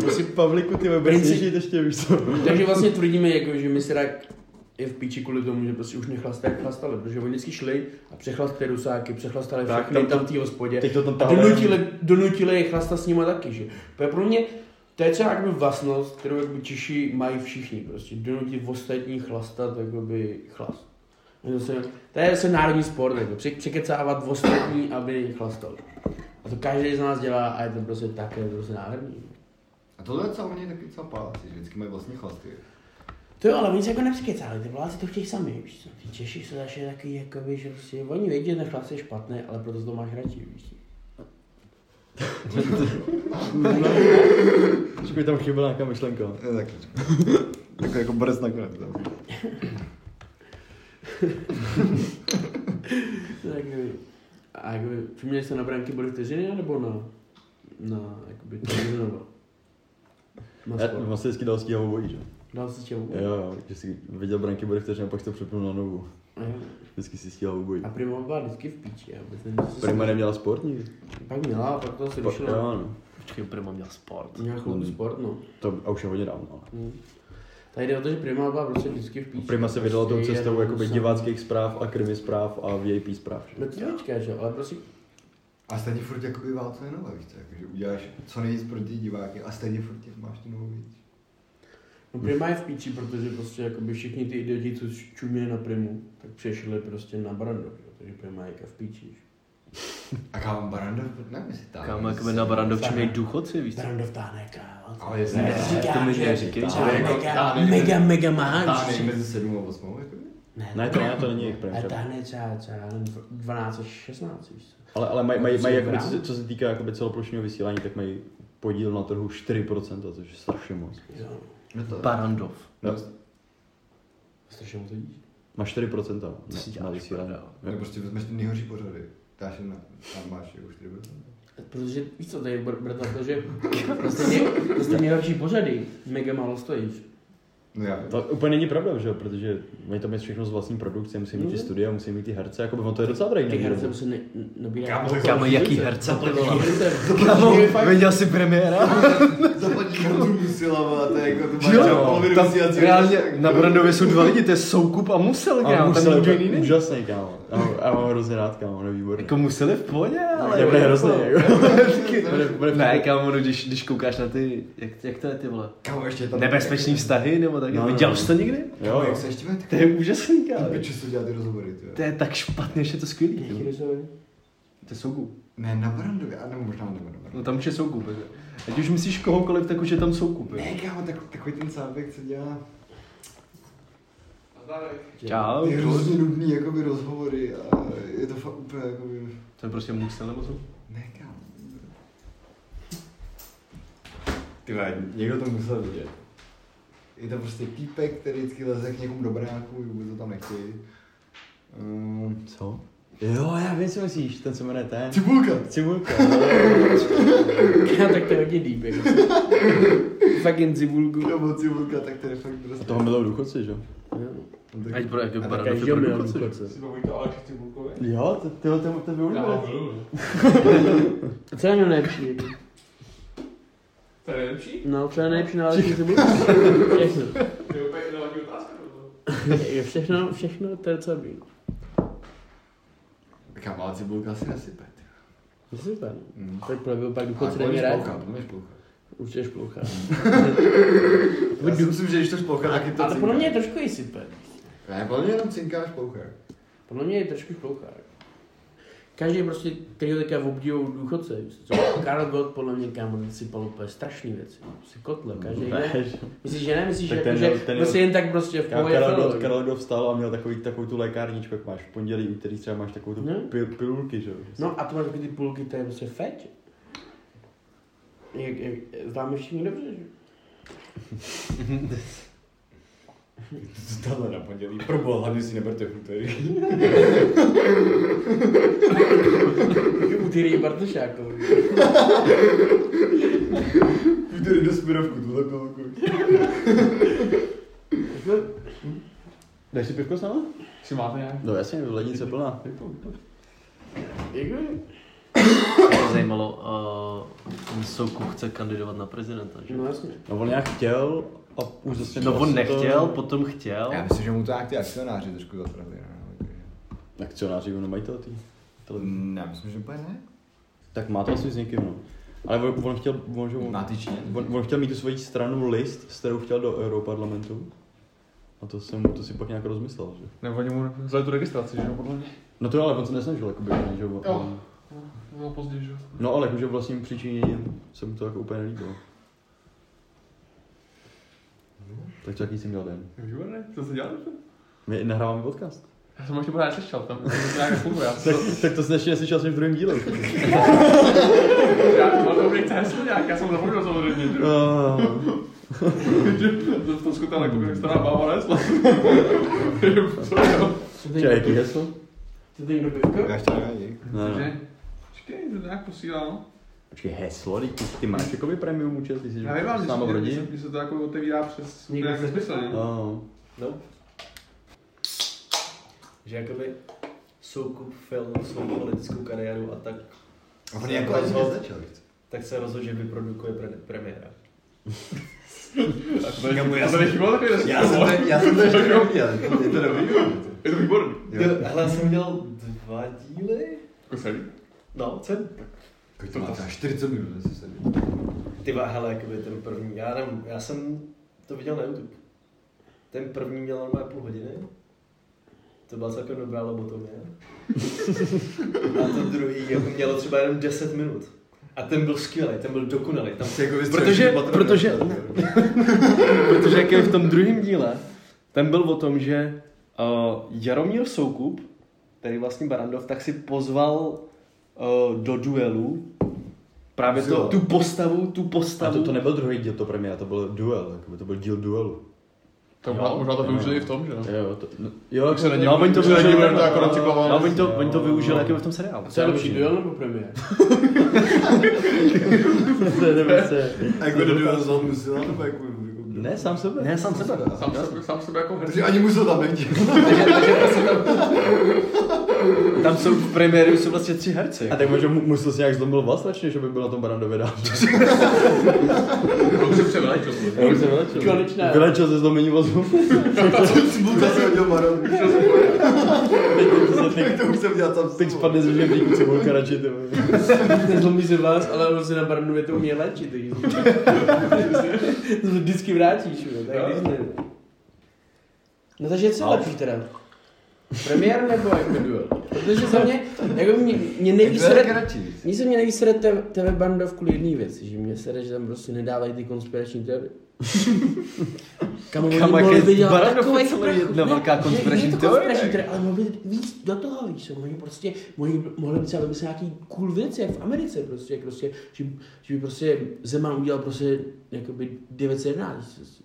C: Prostě Pavliku, ty vole, budeš
B: Princip-
C: těžit ještě, víš co.
B: Takže vlastně tvrdíme, jako, že Misrak je v píči kvůli tomu, že prostě už nechlastali, jak chlastali, protože oni vždycky šli a přechlastali rusáky, přechlastali
C: Tak,
B: všechny
C: tam
B: tam,
C: to-
B: tam v té hospodě.
C: Teď to tam
B: A
C: tahne.
B: donutili, donutili je chlastat s nima taky, že? To je pro mě, to je třeba jakoby vlastnost, kterou jakoby Češi mají všichni, prostě donutit ostatní chlastat jakoby chlast. To, se, to je se národní sport, jako při- překecávat ostatní, aby chlastali. A to každý z nás dělá a je to prostě také prostě nádherný.
F: A tohle je co, oni taky docela páláci, že vždycky mají vlastní chlasty.
B: To jo, ale oni se jako nepřekecali, ty Poláci to chtějí sami, víš co? Ty Češi jsou zase takový, jakoby, že prostě, oni vědí, že ten chlast je špatný, ale proto to máš radši, víš co?
C: Že by tam chyběla nějaká myšlenka.
F: Ne, taky. Jako, jako brz nakonec.
B: To je jakoby, eh, a jakoby, přemýšleli jste na branky byly vteřiny, nebo na, na, jakoby, to nebo? Na
C: Já
B: sport.
C: vlastně vždycky dal stíhavou bojí, že?
B: Dal se tě
C: Jo, jo, že si viděl branky bude vteřinu a pak si to přepnul na novu. Vždycky si stíhavou bojí.
B: A Prima byla vždycky v píči, já vůbec nevím, co se
C: Prima
B: stalo.
C: neměla sportní.
B: Pak měla, a pak to se
C: Pa,
B: vyšlo.
C: jo, no.
E: Počkej, Prima měl sport.
B: Měla chvilku
C: Hmm.
B: sport, no.
C: To a už je hodně dávno. no. ale.
B: Hm. Tady jde o to, že Prima byla prostě vždycky v píči.
C: Prima se vydala tou
B: Prostě
C: cestou
B: jenom
C: jakoby
B: sama.
C: diváckých zpráv a krimi zpráv a VIP zpráv. že?
B: No to teďka, že jo, ale prostě
F: A stejně furt jakoby válce je nová, víš co? Jakože uděláš co nejvíc pro ty diváky a stejně furt těch máš tu novou víc.
B: No Prima je v píči, protože prostě jakoby všichni ty idioti, co čuměli na Primu, tak přešli prostě na Brando, že jo, takže Prima je jaká v píči. že jo.
F: A kámo, Barandov, nevím jestli tam.
E: Kámo, jakoby na Barandovče měli důchodci, víc.
B: Brando vtáhne káva.
F: Ale jestli ne,
B: říká,
E: to mi
B: že-
E: neříkej.
B: že
F: Ale jako
B: mega,
F: táhne-
B: mega, mega má.
F: Táhne mezi 7 a 8, jakoby.
B: Ne,
C: Ne, to ne, to není jejich
B: Ale
C: prima.
B: táhne třeba, třeba já nevím, 12 až 16, víš co.
C: Ale, ale mají, mají,
B: Co
C: mají
B: Prostě je
C: jakoby, co,
B: brán?
C: se, co se týká jakoby celoplošního vysílání, tak mají podíl na trhu 4%, což je strašně moc.
B: Jo,
F: No to
E: Barandov.
C: No,
B: strašně mu to díš.
C: má 4% na,
E: Co si
C: na, na
E: děláš,
C: vysílání.
E: prdel?
F: Ne, prostě vezmeš ty nejhorší pořady. Dáš je na, tam máš jako je už 4
B: Protože, víš co, tady br- brda, protože prostě, ně, prostě nejlepší pořady mega málo stojíš.
F: No já vím.
C: To úplně není pravda, že jo, protože mají tam mít všechno z vlastní produkce, musí mít ty
B: Mhm.
C: studia, musí mít ty herce, jakoby on to je docela drahý.
B: Ty
C: na
B: herce
C: výrobu.
B: se ne, nabírá.
F: Kámo,
E: Kámo, no, jaký herce, ty vole.
B: Kámo,
E: Viděl jsi premiéra?
F: Zaplatíš na tu musila, to je jako to máš na
E: Jo,
F: polovinu
E: tam
F: vysílacího
E: reálně na Brandově jsou dva lidi, to je Soukup a Musel,
C: A
E: kámo, tam
C: musel
E: nikdo
C: je
E: jiný není.
C: úžasný, kámo. Já ho- Já ho mám hrozně rád, kámo, on je výborný.
E: Jako Musel je v pohodě, ale...
C: Je bude hrozný, jako. Bude- bude-
E: Ne, kámo, no, když, když koukáš na ty, jak, jak to je ty vole,
F: Kámo, ještě je tam...
E: nebezpečný vztahy nebo tak,
C: No,
E: no,
C: no,
E: viděl
C: no.
E: jsi to někdy?
F: Jo,
C: Jo,
F: jak se ještě bude
E: To je úžasný,
F: ty
E: kámo.
F: piče, co dělá ty rozhovory, ty. jo.
E: To je tak špatně, že je to skvělý.
B: Jaký
E: kámo.
B: rozhovor?
E: To je Soukup.
F: Ne, na Barandově, a nebo možná nebo na
E: No
F: Barandově.
E: tam už je Soukup. jako. Ať už myslíš kohokoliv, tak už je tam Soukup. jako.
F: Ne, kámo, tak, takový ten sábek, co dělá
E: Čau.
F: ty hrozně nudný jakoby rozhovory a je to fakt úplně jakoby...
E: To je prostě Musel nebo Soukup.
F: Ne, kámo. Ty vole, někdo to musel vidět. Je to prostě týpek, který vždycky leze k někomu do baráku, vůbec to tam nechtějí. Um,
C: Co? Jo, já vím, co myslíš, ten se jmenuje ten.
F: Cibulka!
C: Cibulka.
B: Já tak to je hodně deep, jako. Fucking cibulku.
F: Nebo Cibulka, tak to je fakt prostě...
C: Toho milou důchodci, že jo?
E: Ať pro jako
B: A tak
E: Barandov je
B: každý
E: pro
B: měl
E: důchodce.
B: důchodce.
G: Bavíte o Aleši Cibulkovi?
C: Jo, to, tyhle, ten, ten byl
B: A co je na něm nejlepší? jako?
G: To je nejlepší?
B: No, co je nejlepší na Aleši cibulku? Všechno.
G: To je úplně ideální otázka. tohle.
B: Je všechno, všechno, to je co bylo.
F: Kámo, ale Cibulka asi nesype. ty.
B: Super.
F: Mm.
B: Tak pravě pak
F: Ale
B: důchodce
F: podle mě
B: nemě rád.
F: šplouchá, podle mě šplouchá.
B: Určitě šplouchá.
C: Mm.
F: Já si myslím, že když to šplouchá, tak je to
B: Ale podle mě je
F: cinká.
B: trošku i sype.
F: Ne, podle mě jenom cinká a šplouchá.
B: Podle mě je trošku šplouchá. Každý prostě, který ho teďka obdivují důchodce, víš co? Karel Gott podle mě kam si pal úplně strašný věci, si kotle, každý den. Myslíš, že ne? Myslíš, že,
C: Tak
B: jako,
C: ten
B: že
C: měl- ten měl-
B: prostě jen tak prostě v pohodě
C: Karel,
B: fil,
C: Gott,
B: jo?
C: Karel Gott vstal a měl takový, takovou tu lékárničku, jak máš v pondělí, úterý třeba máš takovou tu
B: Ne?
C: pil, pilulky, že jo.
B: No a to máš taky ty půlky, to je prostě feť. Jak, jak, známe všichni dobře, že?
H: Tohle na pondělí. Proboha, hlavně si neberte v úterý.
B: Jo, Úterý je Jako Bartošákovi.
H: V úterý do směrovku, tuhle pilku.
C: Dáš si pivko s náma?
D: Si máte nějak?
C: No jasně, lednice plná.
B: Jako,
E: Mě zajímalo, uh, Soukup chce kandidovat na prezidenta, že?
B: No jasně.
C: No on nějak chtěl a už zase...
E: No on
C: asi
E: nechtěl,
C: To...
E: potom chtěl.
F: Já myslím, že mu to nějak ty akcionáři trošku zatrhli. No, takže-
C: Akcionáři, ono mají to ty.
F: To-
C: televize.
F: ne, myslím, že úplně ne.
C: Tak má to asi s někým, no. Ale on, on chtěl, on, že on,
F: Má ty Číně.
C: on, on, chtěl mít tu svoji stranu list, s kterou chtěl do Europarlamentu. A to, jsem, to si pak nějak rozmyslel, že?
D: Ne, oni mu vzali tu registraci, že jo, podle mě.
C: No to ale on se nesnažil, jakoby, ne, že jo.
D: Jo. No, později, že jo.
C: No ale jakože vlastním přičiněním se mu to jako úplně nelíbilo. Tak co, jaký jsi měl den?
D: Výborné, No. co se dělal?
C: My nahráváme podcast.
D: Já jsem ho ještě pořád neslyšel, tam to nějak funguje. Já
C: Tak,
D: jsem to-
C: tak to jsi ještě neslyšel jsem v druhém dílu.
D: já mám dobrý heslo nějak, já jsem ho zapomněl samozřejmě, že jo.
C: Ah.
D: To v tom skutele, jako stará bába nesla.
B: Co
C: Čekaj,
B: teď
C: jaký heslo?
B: Co teď do pivka?
F: Já ještě nevím.
C: Ne, ne.
D: Takže, počkej, to nějak posílá, no.
C: No, Počkej, heslo, teď ty, ty máš jakoby premium účet, ty jsi
D: Já nevím, ale
C: s náma v
D: mně se-
C: rodině.
D: mně se to jako otevírá přes
B: Někdo
D: nějak
B: se-
D: nesmyslně.
C: Ah.
E: Že jakoby Soukup film svou politickou kariéru a tak,
F: A on jako ani nezačal. víc.
E: tak se rozhodl, že vyprodukuje pre, premiéra.
F: Kámo,
D: Já
F: já
D: jsem
F: jsem-
D: nechybal takový
F: Já jsem
D: nesmysl.
F: to, já jsem to ještě neviděl. Je to dobrý?
D: Je to výborný.
F: Jo.
E: Jo, hele, já jsem udělal dva díly?
D: Jako celý.
E: No, jsem
F: Kolik to má? Třeba 40 minut, asi se
E: Ty vole, hele, jakoby ten první, já nevím, já jsem to viděl na YouTube. Ten první měl normálně půl hodiny. To byla celkem dobrá lobotomie. A ten druhý jako mělo třeba jenom 10 minut. A ten byl skvělý, ten byl dokonalý. Tam
F: Jsi jako vystřelil
E: protože,
F: patronu.
E: protože, protože jak je v tom druhém díle, ten byl o tom, že uh, Jaromír Soukup, který vlastně Barandov, tak si pozval uh, do duelu právě to, tu postavu, tu
C: A
E: postavu.
C: to, to nebyl druhý díl, to premiéra, to byl duel, jakoby, to byl díl duelu.
D: To možná, možná to využili i v tom, že jo.
C: Jo, to, no, jo,
D: Tak se
C: no,
D: nedivím,
C: oni to
D: že
C: využili,
D: nedivím,
C: tam-
D: to jako recyklované.
C: no, oni to, oni to využili jako v tom seriálu.
B: Co je lepší, duel nebo premiér?
C: to je se.
F: A jako do duelu zlom musel, nebo jako... jako-
C: Ne, sám sebe. Ne, sám sebe.
D: Sám sebe, sám sebe jako hrdý.
F: Protože ani musel tam nejít.
E: Tam jsou v premiéru jsou vlastně tři herci.
C: A tak možná mu- musel si nějak zlomil vlast radši, že by byl na tom Barandově dál.
D: On se převrátil.
C: Já bych se vylečil.
B: Konečné.
C: Vylečil se zlomení vazbu.
F: Já jsem hodil Maron.
C: Teď-
F: To už jsem dělal tam s
C: Teď
F: tebou.
C: spadne z mě vlíku cibulka radši. ty vole.
B: Nezlomí se vás, ale on se na Barnově to umí léčit. takže- To se vždycky vrátíš, jo, tak když ne. No takže co je lepší teda? Premiér nebo jako duel? Protože za mě, jako mě, mě nejvíc
F: To je
B: sere,
F: taky radši víc.
B: mně se mě nejvíc sere te- TV Bandov kvůli jedné věci, že mě sere, že tam prostě nedávají ty konspirační teorie. Kam oni
E: Kam, jak
B: mohli
E: je
B: vydělat
E: Barandov
B: takových
E: celý
B: prachů, ne,
E: jedna velká
B: že-
E: konspirační
B: je to
E: teorie.
B: konspirační teorie, ale mohli víc do toho, víš, co, mohli prostě, mohli, mohli třeba vymyslet nějaký cool věci, jak v Americe prostě, jak prostě, že, že by prostě Zeman udělal prostě, jakoby 911, prostě.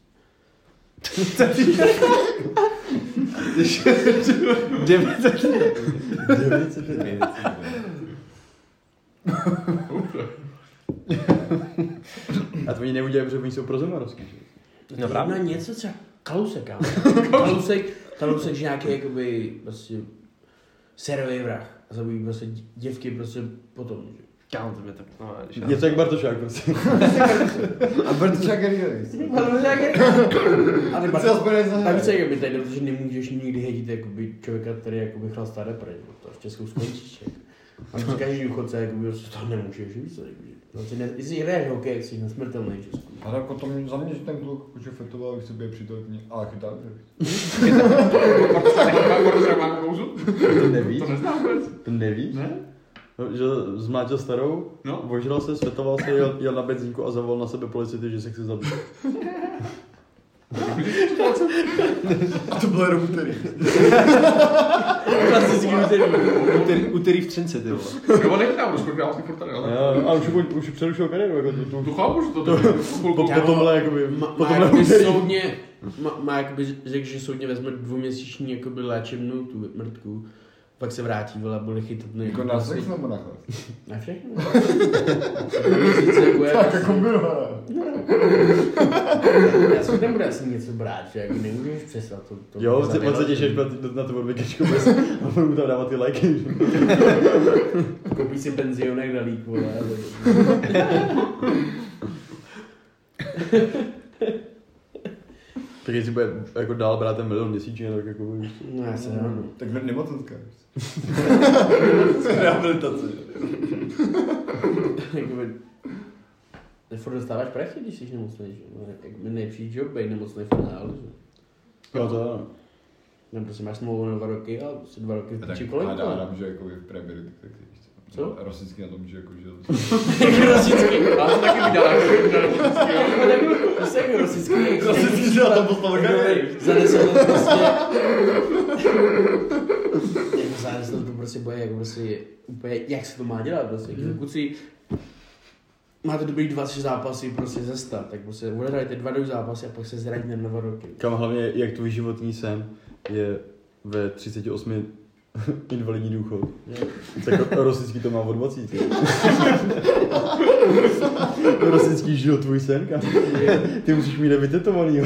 C: A to oni neudělají, protože oni jsou pro Zemarovský. že?
B: No
C: právě.
B: právě. Na něco třeba Kalousek, kámo. Kalousek, Kalousek, že nějaký jakoby prostě servej vrah. A zabijí prostě dě- děvky prostě potom, že?
E: Kámo, to mě tak... No, když já...
C: Něco jak Bartošák prostě.
F: A Bartošák je víc.
B: A ty
F: Co aspoň nejsem
B: tak se jakoby tady, protože nemůžeš nikdy hedit jakoby člověka, který jakoby chlastá repre, že? to v Česku skončíš, jak. A to každý důchodce, jakoby prostě to nemůžeš, víš co, jakoby. No, ty ne, jestli hraješ hokej, jak jsi nesmrtelný v Česku.
F: Ale jako to mě, za mě, že ten kluk jakože fetoval, jak se bude přítelkyně, ale chytal, že?
D: Marcel má kouzu?
C: To nevíš?
D: To neznám vůbec.
C: To nevíš?
D: Ne?
C: No, že zmlátil starou,
E: No.
C: ožral se, svetoval se, jel, jel na benzínku a zavolal na sebe policity, že se chce zabít.
B: A to bylo jenom úterý.
E: Klasický úterý. úterý. Úterý v Třince, ty vole.
D: Nebo nech nám rozpor, já jsem furt tady, ale...
C: Jo, a už, už přerušil kariéru, jako tu, tu,
D: To chápu, že to tady
C: po,
D: chvilku...
C: po tomhle, jakoby,
B: Má,
C: po
B: má
C: tomhle
B: jakoby
C: úterý.
B: soudně, má, má jakoby řekl, že soudně vezme dvouměsíční jakoby léčebnou tu mrtku, pak se vrátí, vole, a bude chytat na prostě.
F: Jako na sex nebo na chlap?
B: Na všechno. Na měsíc, jako je,
F: Tak jako bylo,
B: já jsem nebudu asi něco brát, že jako nemůžu už přesvat to. to
C: Jo,
B: to-
C: se- on se těší, až na, na tu odvěkečku bez, a budu mu tam dávat ty lajky. že?
B: Koupí si penzionek na lík, vole. ale-
C: Tak jestli bude jako dál brát ten milion měsíčně, tak jako víš co.
B: No já se nevím.
F: Tak ne- nemocenská.
B: Rehabilitace. Jakoby... Ty furt dostáváš prachy, když jsi nemocný, že? No, jak mi nejlepší job, bej nemocný v finále, že?
C: Jo, to ano.
B: No, prostě máš smlouvu na dva roky a si dva roky v
F: Tak
B: piči kolik,
F: hádá
B: vole.
F: Adam, že jako je v Premier League, tak víš co.
B: Co?
F: Rosicky na tom, že jako, že...
B: Jak rosický,
D: Já jsem taky viděl, jak
B: to se jako rosický, rosický, že tam postavil kariéru. Za deset let prostě. Jako za deset let to prostě bude jako prostě úplně, jak se to má dělat prostě. Jako Pokud si máte dobrý 26 zápasy prostě ze 100, tak prostě odehrajte dva dobrý zápasy a pak se zraníte na dva roky.
C: Kam hlavně, jak tvůj životní sen je ve 38 invalidní důchod. Tak jako rosický to má o 20. jo. rosický žil tvůj sen, kam? Ty musíš mít nevytetovaný, jo.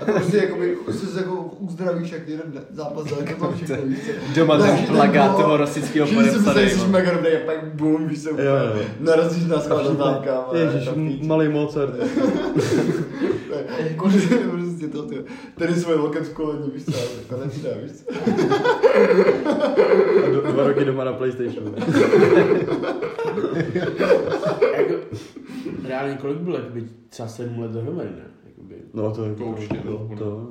F: A to prostě jakoby, prostě se jako uzdravíš, jak jeden zápas za to tam všechno, víš co.
E: Doma
F: Tak,
E: ten
F: že
E: plagát
F: ten
E: toho
F: bol-
E: rosického
F: Že si myslíš,
E: podepsaný.
F: že jsi
E: vole.
F: mega dobrý a pak boom, víš co,
C: Jo, jo.
F: narazíš na skladu tam, kámo.
C: Ježíš,
F: tam píč.
C: malý Mozart.
F: Prostě, prostě to, ty. Tady svoje loket v koleni, víš co, ale to nedá, víš co.
C: A do, dva roky doma na Playstationu.
B: Jako, reálně kolik bylo, jakoby třeba 7 let dohromady, ne? Jakoby,
C: No to,
D: To určitě,
C: To,
D: no.
C: to,
B: to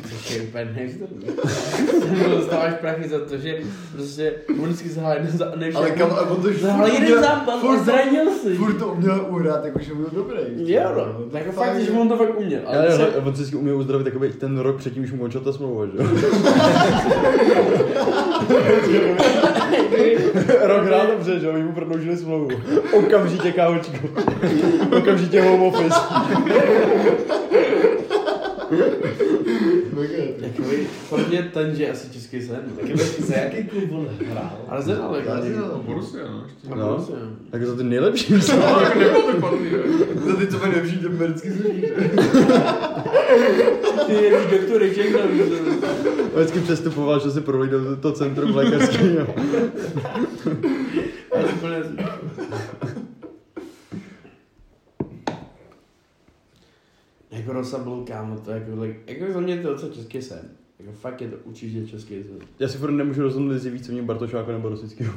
B: Prostě je úplně neuvěřitelné. Dostáváš prachy za to, že prostě vždycky zahájí jeden zápas.
F: Ale kam, a on to
B: Zahájí jeden zápas a
F: furt, to-
B: zranil si.
F: furt to uměl uhrát, jakože byl dobrý. víš co.
B: Jo, no.
F: To
B: Tak
F: fakt
B: fakt, že
F: je-
B: on to fakt uměl.
C: Ale,
B: Ale
C: ale
F: no.
B: se,
C: on si vždycky uměl uzdravit jakoby ten rok předtím, když mu končila ta smlouva, že jo? rok hrál dobře, že jo? My mu prodloužili smlouvu. Okamžitě kávočku. Okamžitě home office.
F: Mega.
B: jakoby, pro mě ten, že asi český sen. Taky za jaký klub on hrál? Arsenal, jako.
F: Arsenal.
D: Borussia, no, ještě.
B: A
C: No.
B: Borussia.
C: Tak za ty nejlepší. co?
D: Tak nebyl to padlý,
F: Za ty, co mají nejlepší, ten americký služí.
B: Ty jedeš doktory, všechno víš. že-
C: On Vždycky přestupoval, že se prolídl to, to centrum lékařský. jo.
B: Já úplně... Jako Rosa Blue, kámo, to jako, like, jako za mě to je docela český sen. Jako fakt je to určitě český sen.
C: Já si furt nemůžu rozhodnout, jestli víc co mě Bartošáka nebo Rosického.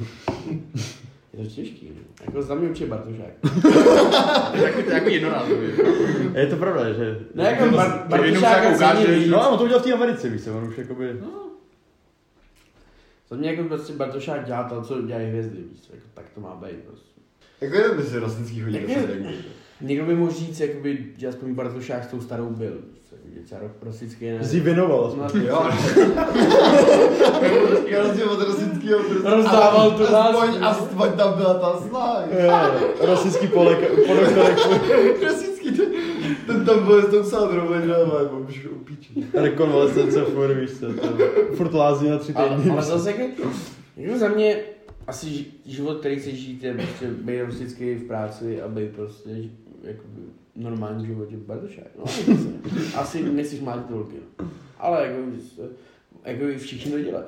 B: Je to těžký, no. Jako za mě určitě Bartošák.
D: Jako, jako jednorázově.
C: Je to pravda, že...
B: Ne, jako Bar- Bartošáka
D: jenom tak
B: cením
D: ukáže,
B: víc.
C: No, on to udělal v té Americe, víš co, on už jakoby...
B: Za mě jako prostě Bartošák dělá to, co dělají hvězdy, víš co, jako tak to má být prostě.
F: Jako jenom by si rostnický hodil.
B: Jako- Někdo by mohl říct, jakoby, že aspoň Bartošák s tou starou byl, víš co, jako, že třeba rok prosický, ne?
C: Jsi věnoval aspoň.
B: No,
F: Jo. Já rozdíl od rostnického prostě.
B: Rozdával
F: Ale
B: tu
F: aspoň,
B: lásku.
F: aspoň tam byla ta slá.
C: Rosický polek, podoktorek,
F: Rostnický, ten- ten tam byl s tou sádrou, že ale mám už upíčit.
C: rekonvalescence furt, víš co, to furt lází na tři
B: Ale,
C: týdny.
B: ale zase jako, jako za mě asi ži- život, který chceš žít, je prostě být rustický v práci a být prostě ž- jako v normálním životě bardošák. No, asi- asi nechceš mát tolky. No. Ale jako, jako všichni to dělají.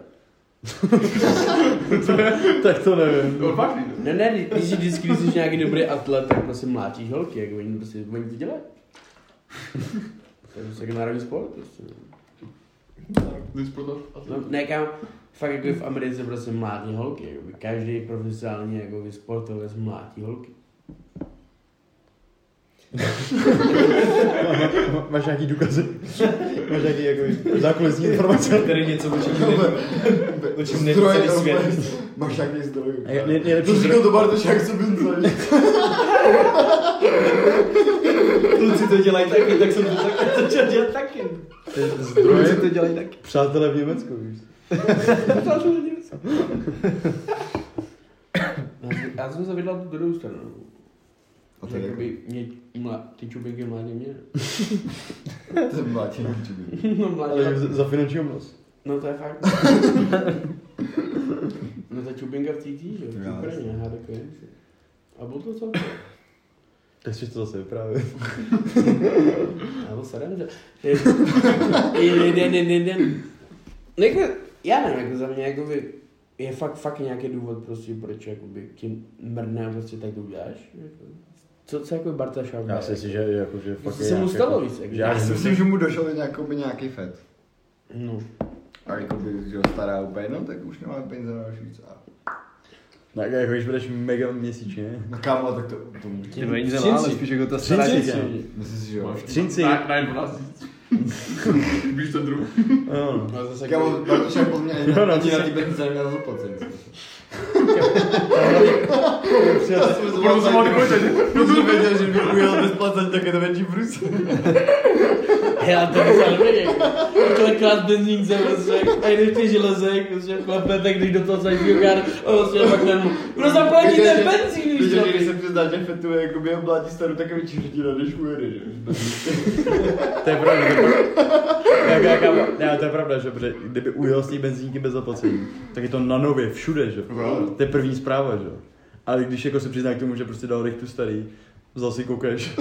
C: Tak to nevím.
D: Byl padlý, no.
B: Ne, ne, když jsi vždycky, když jsi nějaký dobrý atlet, tak prostě mlátíš holky, jako oni prostě, oni to dělají. To je prostě jako národní sport, prostě.
D: Nic pro to. a to-
B: No, ne, kam, fakt jako v Americe prostě mlátí holky, jako by každý profesionální jako sportovec mlátí holky.
C: Máš nějaký důkazy? Máš nějaký jako zákulisní informace?
G: Tady něco, o čem nevím. O čem nevím
F: Zdroje
G: celý svět.
F: normálně. Máš nějaký zdroj.
C: Nej- nej- nejlepší
F: To
C: zdroj-
F: říkal to Bartoš, jak se bym zajímal.
G: Kluci to dělají taky, tak jsem to tak začal dělat taky.
C: Ty zdroje to dělají taky. Přátelé v Německu, víš.
B: Já jsem se vydal do druhou stranu.
F: A to
B: Že
F: je jako-
B: jakoby mě, mla, ty čubinky mládí mě.
F: To je mlátě YouTube.
B: No, mládí,
C: Ale za- za finanční obnos.
B: no to je fakt. no ta čubinka v TT, že?
F: Já,
B: Jo, Ukrajině, já takový. A bylo to co?
C: Tak si to zase vyprávět.
B: Já byl serem, že... Ne, ne, ne, ne. No jako, já nevím, jako za mě, jakoby, je fakt, fakt nějaký důvod prostě, proč jakoby ti mrdne a prostě tak to uděláš. jako. Co, co jako Barta Šauka?
C: Já si myslím, že jako, že
B: Co
C: fakt
B: se mu stalo víc? Jako,
F: Já si myslím, že mu došel nějakoby nějaký fet.
B: No.
F: A jakoby, že ho stará úplně, no tak už nemá peníze na další víc. A-
C: Tak jako, když budeš mega měsíčně.
F: No kámo, tak to, to může.
E: Ty peníze
C: Třinci.
E: má, ale spíš jako ta stará
C: Třinci.
E: dětě.
F: Myslím si, že jo.
C: Třinci.
G: Nine Blast.
D: Víš ten druh?
C: Ano.
B: No, zase
F: Kámo, Bartoš, jak podle mě ani
C: Jo, jako- no,
F: ani
C: to
F: na
C: se-
F: ty peníze neměl zaplacení.
C: Přijat-
D: Budu se mohl kočet.
F: No to věděl, že bych ujel bez placení, tak je to větší brus.
B: Já to musel vědět. Kolikrát benzínce prostě, a jdeš ty železek, prostě chlape, tak když do toho zajímá kár, a prostě pak ten, kdo zaplatí ten benzín, víš
F: Víš,
B: co?
F: že když se přizná, že fetuje, jako by oblátí staru, tak je větší hrdina, než ujede, že?
C: To je pravda, to je pravda. Jak, jak, jak, ne, to je pravda, že protože kdyby ujel s tím benzínky bez zaplacení, tak je to na nově, všude, že?
F: Pravda.
C: To je první zpráva, že? Ale když jako se přizná k tomu, že prostě dal rychtu starý, vzal si kokeš,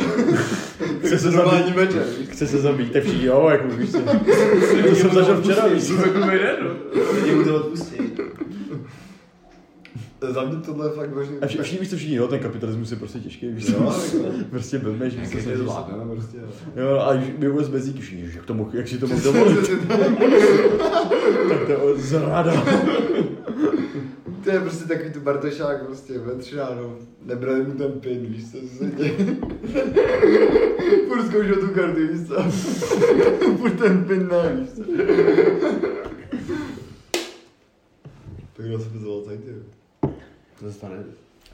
C: chce se zabít,
F: večer.
C: chce se zabít, tak všichni, jo, jako víš co. To jsem zažil včera, víš co.
F: Lidi mu to odpustí. Za mě tohle je fakt vážný.
C: A všichni, víš co všichni, jo, ten kapitalismus je prostě těžký, víš co.
B: No,
F: Jo,
B: jako-
C: Prostě blbneš, víš co.
F: jako,
C: snažíš
F: je
C: se-
F: zvládne, prostě.
C: Jo, a když by vůbec benzínky, všichni, jak, to mohl, jak si to mohl dovolit,
F: Jako-
C: tak to je zrada.
F: To je prostě takový tu Bartošák, prostě ve tři ráno, nebrali mu ten pin, víš co, co se děje. Furt zkoušel tu kartu, víš co. Furt ten pin ne, víš co. Tak já jsem zvolal tady, jo.
B: To se stane.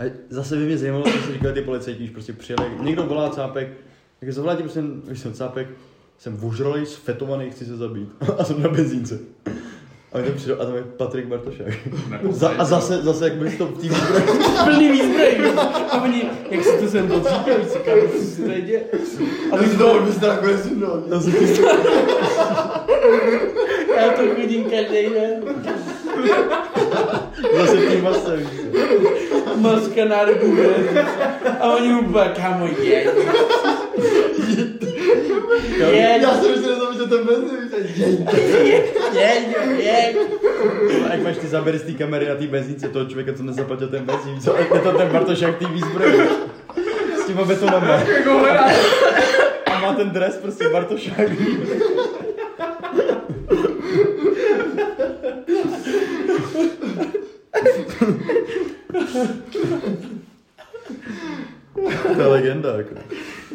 C: A zase by mě zajímalo, co si říkali ty policajti, když prostě přijeli, někdo volá cápek, tak zavolá ti prostě, víš jsem cápek, jsem ožralej, sfetovaný, chci se zabít a jsem na benzínce. A my tam přijel, a tam je Patrik Bartošák. Za, a zase, zase jak bys to v tým
B: Plný výzbroj, a oni, jak si to sem docítil, víš co, kámo, co se tady děje?
F: A ty si to odbyste nakonec sundal.
B: Já to chodím každý den.
C: zase v tým masce, víš co.
B: Maska na ruku, ne? a oni úplně, kámo, je. Je,
F: Já jsem ještě nezapomněl ten benzín, víš co. Jej,
B: je, je.
C: A jak máš ty záběry z té kamery na té benzínce toho člověka, co nezaplatil ten benzín, víš co? A je tam ten Bartošák tý výzbroj. S těma betonama. A má ten dres prostě Bartošák. To je legenda, jako.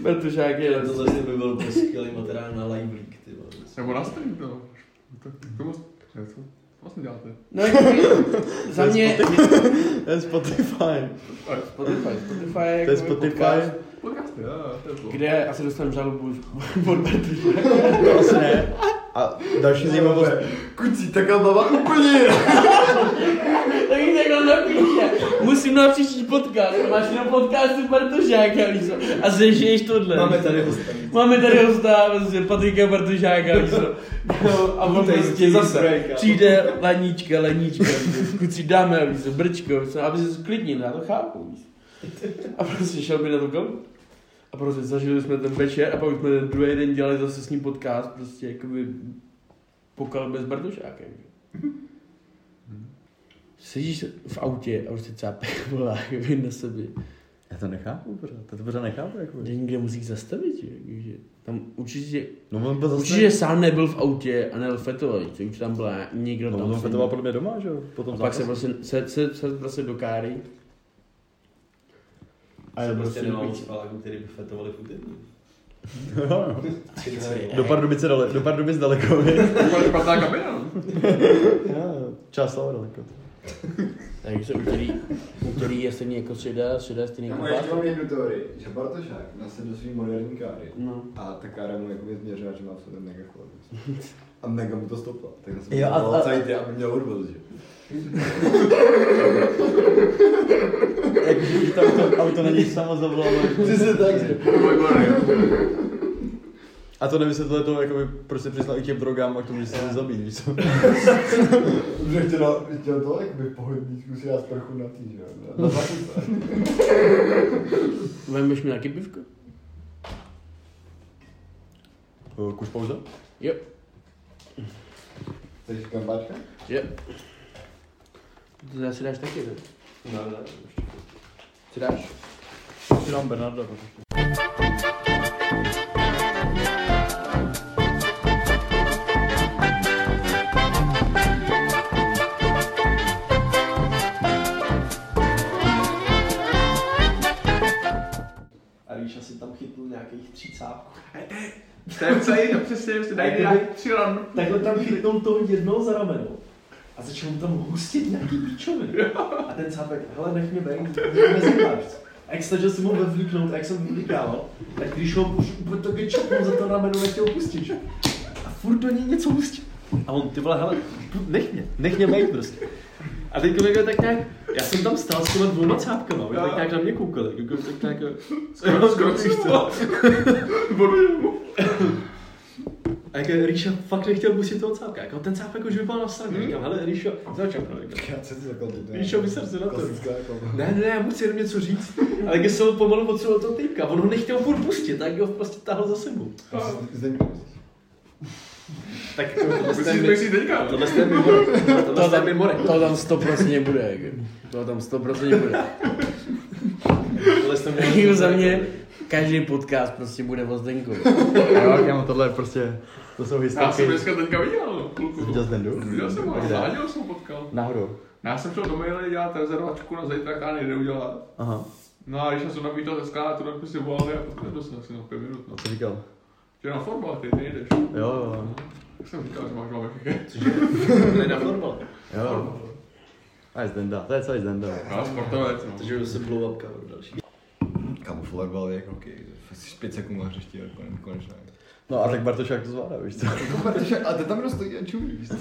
B: Protože jak je,
G: To zase by byl prostě skvělý materiál na live leak, ty vole.
D: Nebo na stream, to. To- To moc... ne, co? Vlastně děláte.
B: No, jako, za mě,
C: To je Spotify.
B: Spotify, Spotify je
C: To je
B: jako
C: Spotify.
B: podcast,
D: Podcasty, jo, jo, to je to.
B: Kde asi dostanu žalobu od Bertrša.
C: To asi ne. A další zajímavost.
F: Kucí, taká hlava úplně jiná.
B: Tak jim takhle napíše. Musím na příští podcast. Máš na podcastu Bartošáka, víš co? A zřešíš tohle.
G: Máme tady hosta.
B: Máme tady hosta, prostě Patrika Bartošáka, víš co? No, a on
G: Tady
B: prostě zase
G: break,
B: přijde laníčka, laníčka, víš co? kuci dáme, víš co, brčko, víš co? aby se sklidnil, já to chápu, víš co? A prostě šel by na to kam? A prostě zažili jsme ten večer a pak jsme ten druhý den dělali zase s ním podcast, prostě jakoby pokal bez Bartošáka. víš co? Sedíš v autě a prostě cápek volá jakoby na sebe.
C: Já to nechápu pořád, já to pořád nechápu, jako.
B: Někde musíš zastavit, že? Takže tam určitě,
C: No on byl
B: určitě
C: zase...
B: sám nebyl v autě a nejel fetovat, že? už tam byla někdo
C: No
B: tam.
C: on
B: seděl.
C: fetoval podle mě doma, že jo? Potom
B: a pak se prostě, se, se, se, se do káry.
G: A
B: je
G: je prostě nemám
B: prostě
E: Prostě
B: dobrý.
F: prostě
G: spáláků, který by fetovali v úterý.
C: Do Pardubice dale, do Pardubic daleko, viď?
D: Špatná kabina, no.
C: Jo, Čáslava daleko.
B: Takže úterý, úterý je stejný jako středa, středa je stejný
F: Já
B: jako
F: mu ještě
B: pátek.
F: mám jednu teorii, že Bartošák nasedl do svý moderní káry
B: No.
F: a ta kára mu jakoby změřila, že má v sobě mega chladic. A mega mu to stopla. Tak já jsem
B: Jo,
F: jo,
B: a- a-
F: a, celý ty, aby měl hudbu, že?
C: Jakože už tam to auto není samozavolané.
F: Přesně tak, že?
C: A to nevysvětluje to, jakoby, proč se přiznal i k těm drogám a k tomu, že se chtěl zabít, víš co?
F: Že chtěl, chtěl to jakoby pohodlíčku si dát trochu na tý, že jo? Na, na zakupe.
B: Vemeš mi nějaký pivko?
C: O, Kus pauza?
B: Jo.
F: Chceš kampáčka?
B: Jo. To si dáš taky, ne?
F: No, ne.
B: Si dáš?
C: Si dám Bernarda, protože.
E: A víš, asi tam chytl nějakých třicátků.
D: To je celý, no přesně, se dají nějak tři ran.
E: Takhle tam chytnul toho jednoho za rameno. A začal mu tam hustit nějaký píčoviny. A ten cápek, hele, nech mě bejt, nezajímáš. A jak snažil jsem ho vyvlíknout, a jak jsem vyvlíkával, tak když ho už úplně taky čepnul za to rameno, nechtěl pustit, že? A furt do něj něco pustil. A on, ty vole, hele, nech mě, nech mě bejt prostě. A teď kolega tak nějak, já jsem tam stál s těma dvouma cápkama, oni tak nějak na mě koukali, jako tak nějak, skoro, skoro, skoro, a jak Ríša fakt nechtěl pustit toho cápka, jako ten cápek už vypadal na stranu, říkám, hele Ríšo, začapno,
F: Já se to zakal, ty.
E: Víš, aby se na to.
F: Klasická jako.
E: Ne, ne, ne, já mu chci jenom něco říct. Ale když jsem pomalu potřeboval toho týpka, on ho nechtěl furt pustit, tak ho prostě táhl za sebou.
F: Zdeňka
E: Tak tohle je
D: Musíš teďka.
E: tohle je mimorek, tohle je mimorek,
B: to tam 100% bude, jako. To tam 100% bude.
E: tohle je
B: Jako za mě, každý podcast prostě bude o Zdenku.
C: Jo, kámo, tohle je prostě, to jsou
D: Já jsem
C: historky.
D: dneska teďka viděl, no, půlku.
C: Just then do?
D: Viděl jsem ho,
C: Kde?
D: záděl jsem ho potkal.
C: Náhodou.
D: No, Já jsem šel do maily dělat rezervačku na zítra, která nejde udělat.
C: Aha,
D: No a když jsem se nabítal ze skála, to prostě volali a potom jsem asi na pět minut. No.
C: co říkal?
D: Že na fotbal, ty, ty nejdeš.
C: Jo, jo,
D: Tak jsem říkal, že máš máme všechny.
E: na fotbal.
C: jo. A je zdenda, to je celý zdenda.
D: Já sportovec, no.
E: Takže se blow up cover další.
F: Kamu florbal je jak hokej, že fakt 5 sekund máš ještě kon- konečná.
C: No a tak Bartošák to zvládá, víš co?
F: Jako, Protože, a ty tam jenom stojí a čumí, víš co?
B: A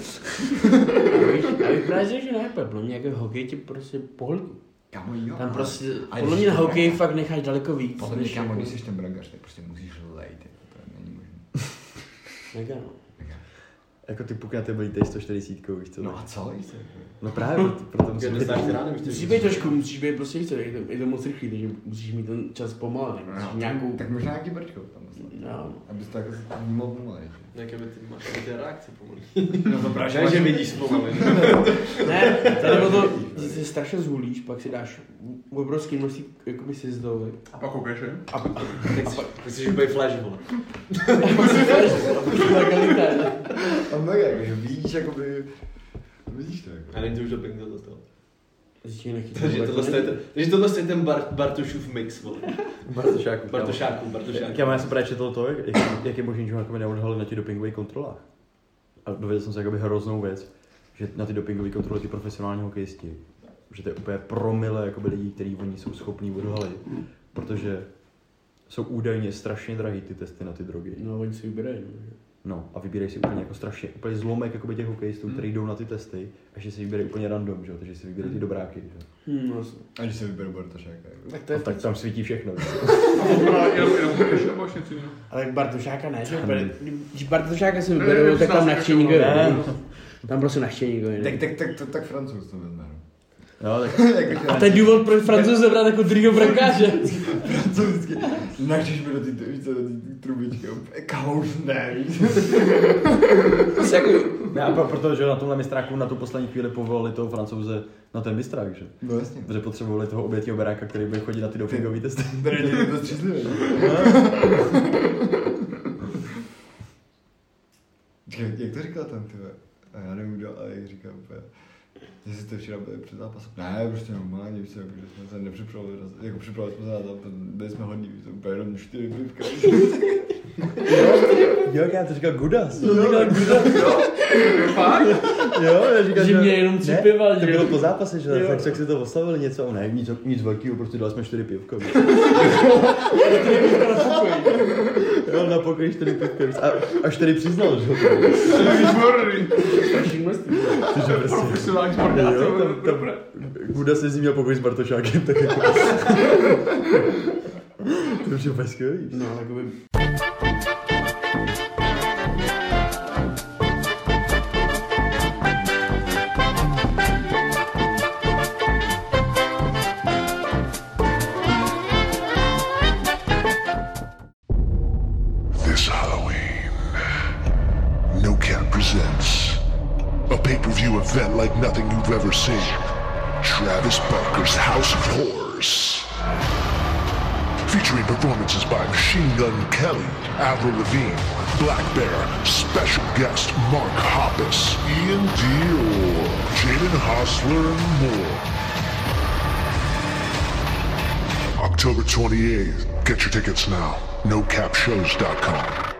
B: víš, a víš právě, že je nápad, podle mě jako hokej ti prostě pohlku.
F: Kamo jo.
B: Tam
F: ale-
B: prostě,
F: A
B: podle
F: když
B: mě na
F: jsi
B: hokej
F: brankář-
B: fakt necháš daleko víc.
F: Podle mě,
B: než
F: kamo,
B: jako-
F: když jsi ten brankář, tak prostě musíš lejt, jako to není možné.
B: Mega, no.
C: Jako ty puk na tebe lítej 140, víš co?
F: No a co, víš co?
C: no právě, proto, proto musím být.
B: Musíš být trošku, musíš být prostě více, je to, je to moc rychlý, takže musíš mít ten čas pomalý, musíš
F: No,
B: nějakou...
F: Tak možná nějaký brčko tam poslat.
B: No,
F: Abys to jako vnímal pomalej.
E: Jaké by ty máš ty reakce pomalu.
F: No to
E: Ne, že vidíš pomalu.
B: Ne, tady bylo to, ty se strašně zhulíš, pak si dáš obrovský množství jakoby sizdovy.
D: A pak koukeš, že?
E: Tak jsi úplně flash, vole.
F: A mega, jakože vidíš, jakoby... Vidíš to jako.
E: A není to už doping do toho. Takže tohle je
B: Takže
E: ten, takže tohle je ten Bar, Bartošův mix, vole.
C: Bartošáku.
E: Bartošáku, Bartošáku.
C: Kámo, já jsem právě četl to, jak, jak- jak je možný, že ho jakoby neodhalili na těch dopingových kontrolách. A dověděl jsem se jakoby hroznou věc, že na ty dopingové kontroly ty profesionální hokejisti, že to je úplně promile jakoby lidí, který oni jsou schopní odhalit, protože jsou údajně strašně drahý ty testy na ty drogy.
B: No, oni si vybírají.
C: No a vybírají si úplně jako strašně, úplně zlomek jakoby těch hokejistů, kteří jdou na ty testy, a že si vybírají úplně random, že? jo, takže si vybírají ty dobráky. Že? jo.
B: Hm, vlastně.
F: A když se vyberu Bartošáka. jako.
B: Tak to
C: No, tak tam svítí všechno. že jo.
D: A jenom, jenom koukeš, nebo ještě něco jiného.
B: Ale jak Bartošáka ne, že? Bere- Když Bartošáka si
D: Ne,
B: vyberou,
D: ne,
B: tak tam
D: ne,
B: nadšení nikdo
C: ne.
B: jde. Tam prostě nadšení nikdo
F: Tak,
B: jde.
F: tak, tak, to, tak francouz to vezme. no. Jako,
C: No, tak
F: Jakože
B: A to je důvod, proč Francouz zebrat jako druhého brankáře.
F: co vždycky, načeš mi do té víš co, do té trubičky, úplně, kámo, už ne, víš.
B: Prostě jako
C: Ne, a pro, protože na tomhle mistráku na tu poslední chvíli povolali toho francouze na ten mistrák, že?
F: No jasně.
C: Protože potřebovali toho obětního beráka, který bude chodit na ty dopingové testy.
F: Tady je to střízlivé. Čekaj, jak to říkal tam, ty vole? A já nevím kdo, ale jak říkal úplně. Že jste včera byli před zápasem. Ne, prostě normálně, víš co, jako, že jsme se nepřipravili, na- jako připravili jsme se na zápas, byli jsme hodní, víš co, úplně jenom čtyři pivka.
C: Jo, já to říkal Gudas.
B: To říkal Gudas.
C: Jo, já říkal,
B: Že mě jenom tři
C: ne,
B: piva,
C: To
B: že jo.
C: bylo po zápase, že
B: Jo.
C: jo. Fakt, jak si to oslavili něco, ne, nic, nic velkého, prostě dali jsme čtyři pivka. víš. jo, na pokoji čtyři pivka. víš. A, a čtyři přiznal, že jo.
D: Výborný.
B: Strašný množství.
C: Takže prostě.
D: Profesionální sport.
C: Jo, tam, tam Guda se z ní měl pokoj s Bartošákem, tak jako... to už je úplně skvělý.
B: No, ale jakoby...
A: This Halloween, No Cap presents a pay per view event like nothing you've ever seen Travis Barker's House of Horrors. Featuring performances by Machine Gun Kelly, Avril Lavigne, Black Bear, special guest Mark Hoppus, Ian Dior, Jaden Hostler, and more. October 28th. Get your tickets now. NoCapShows.com.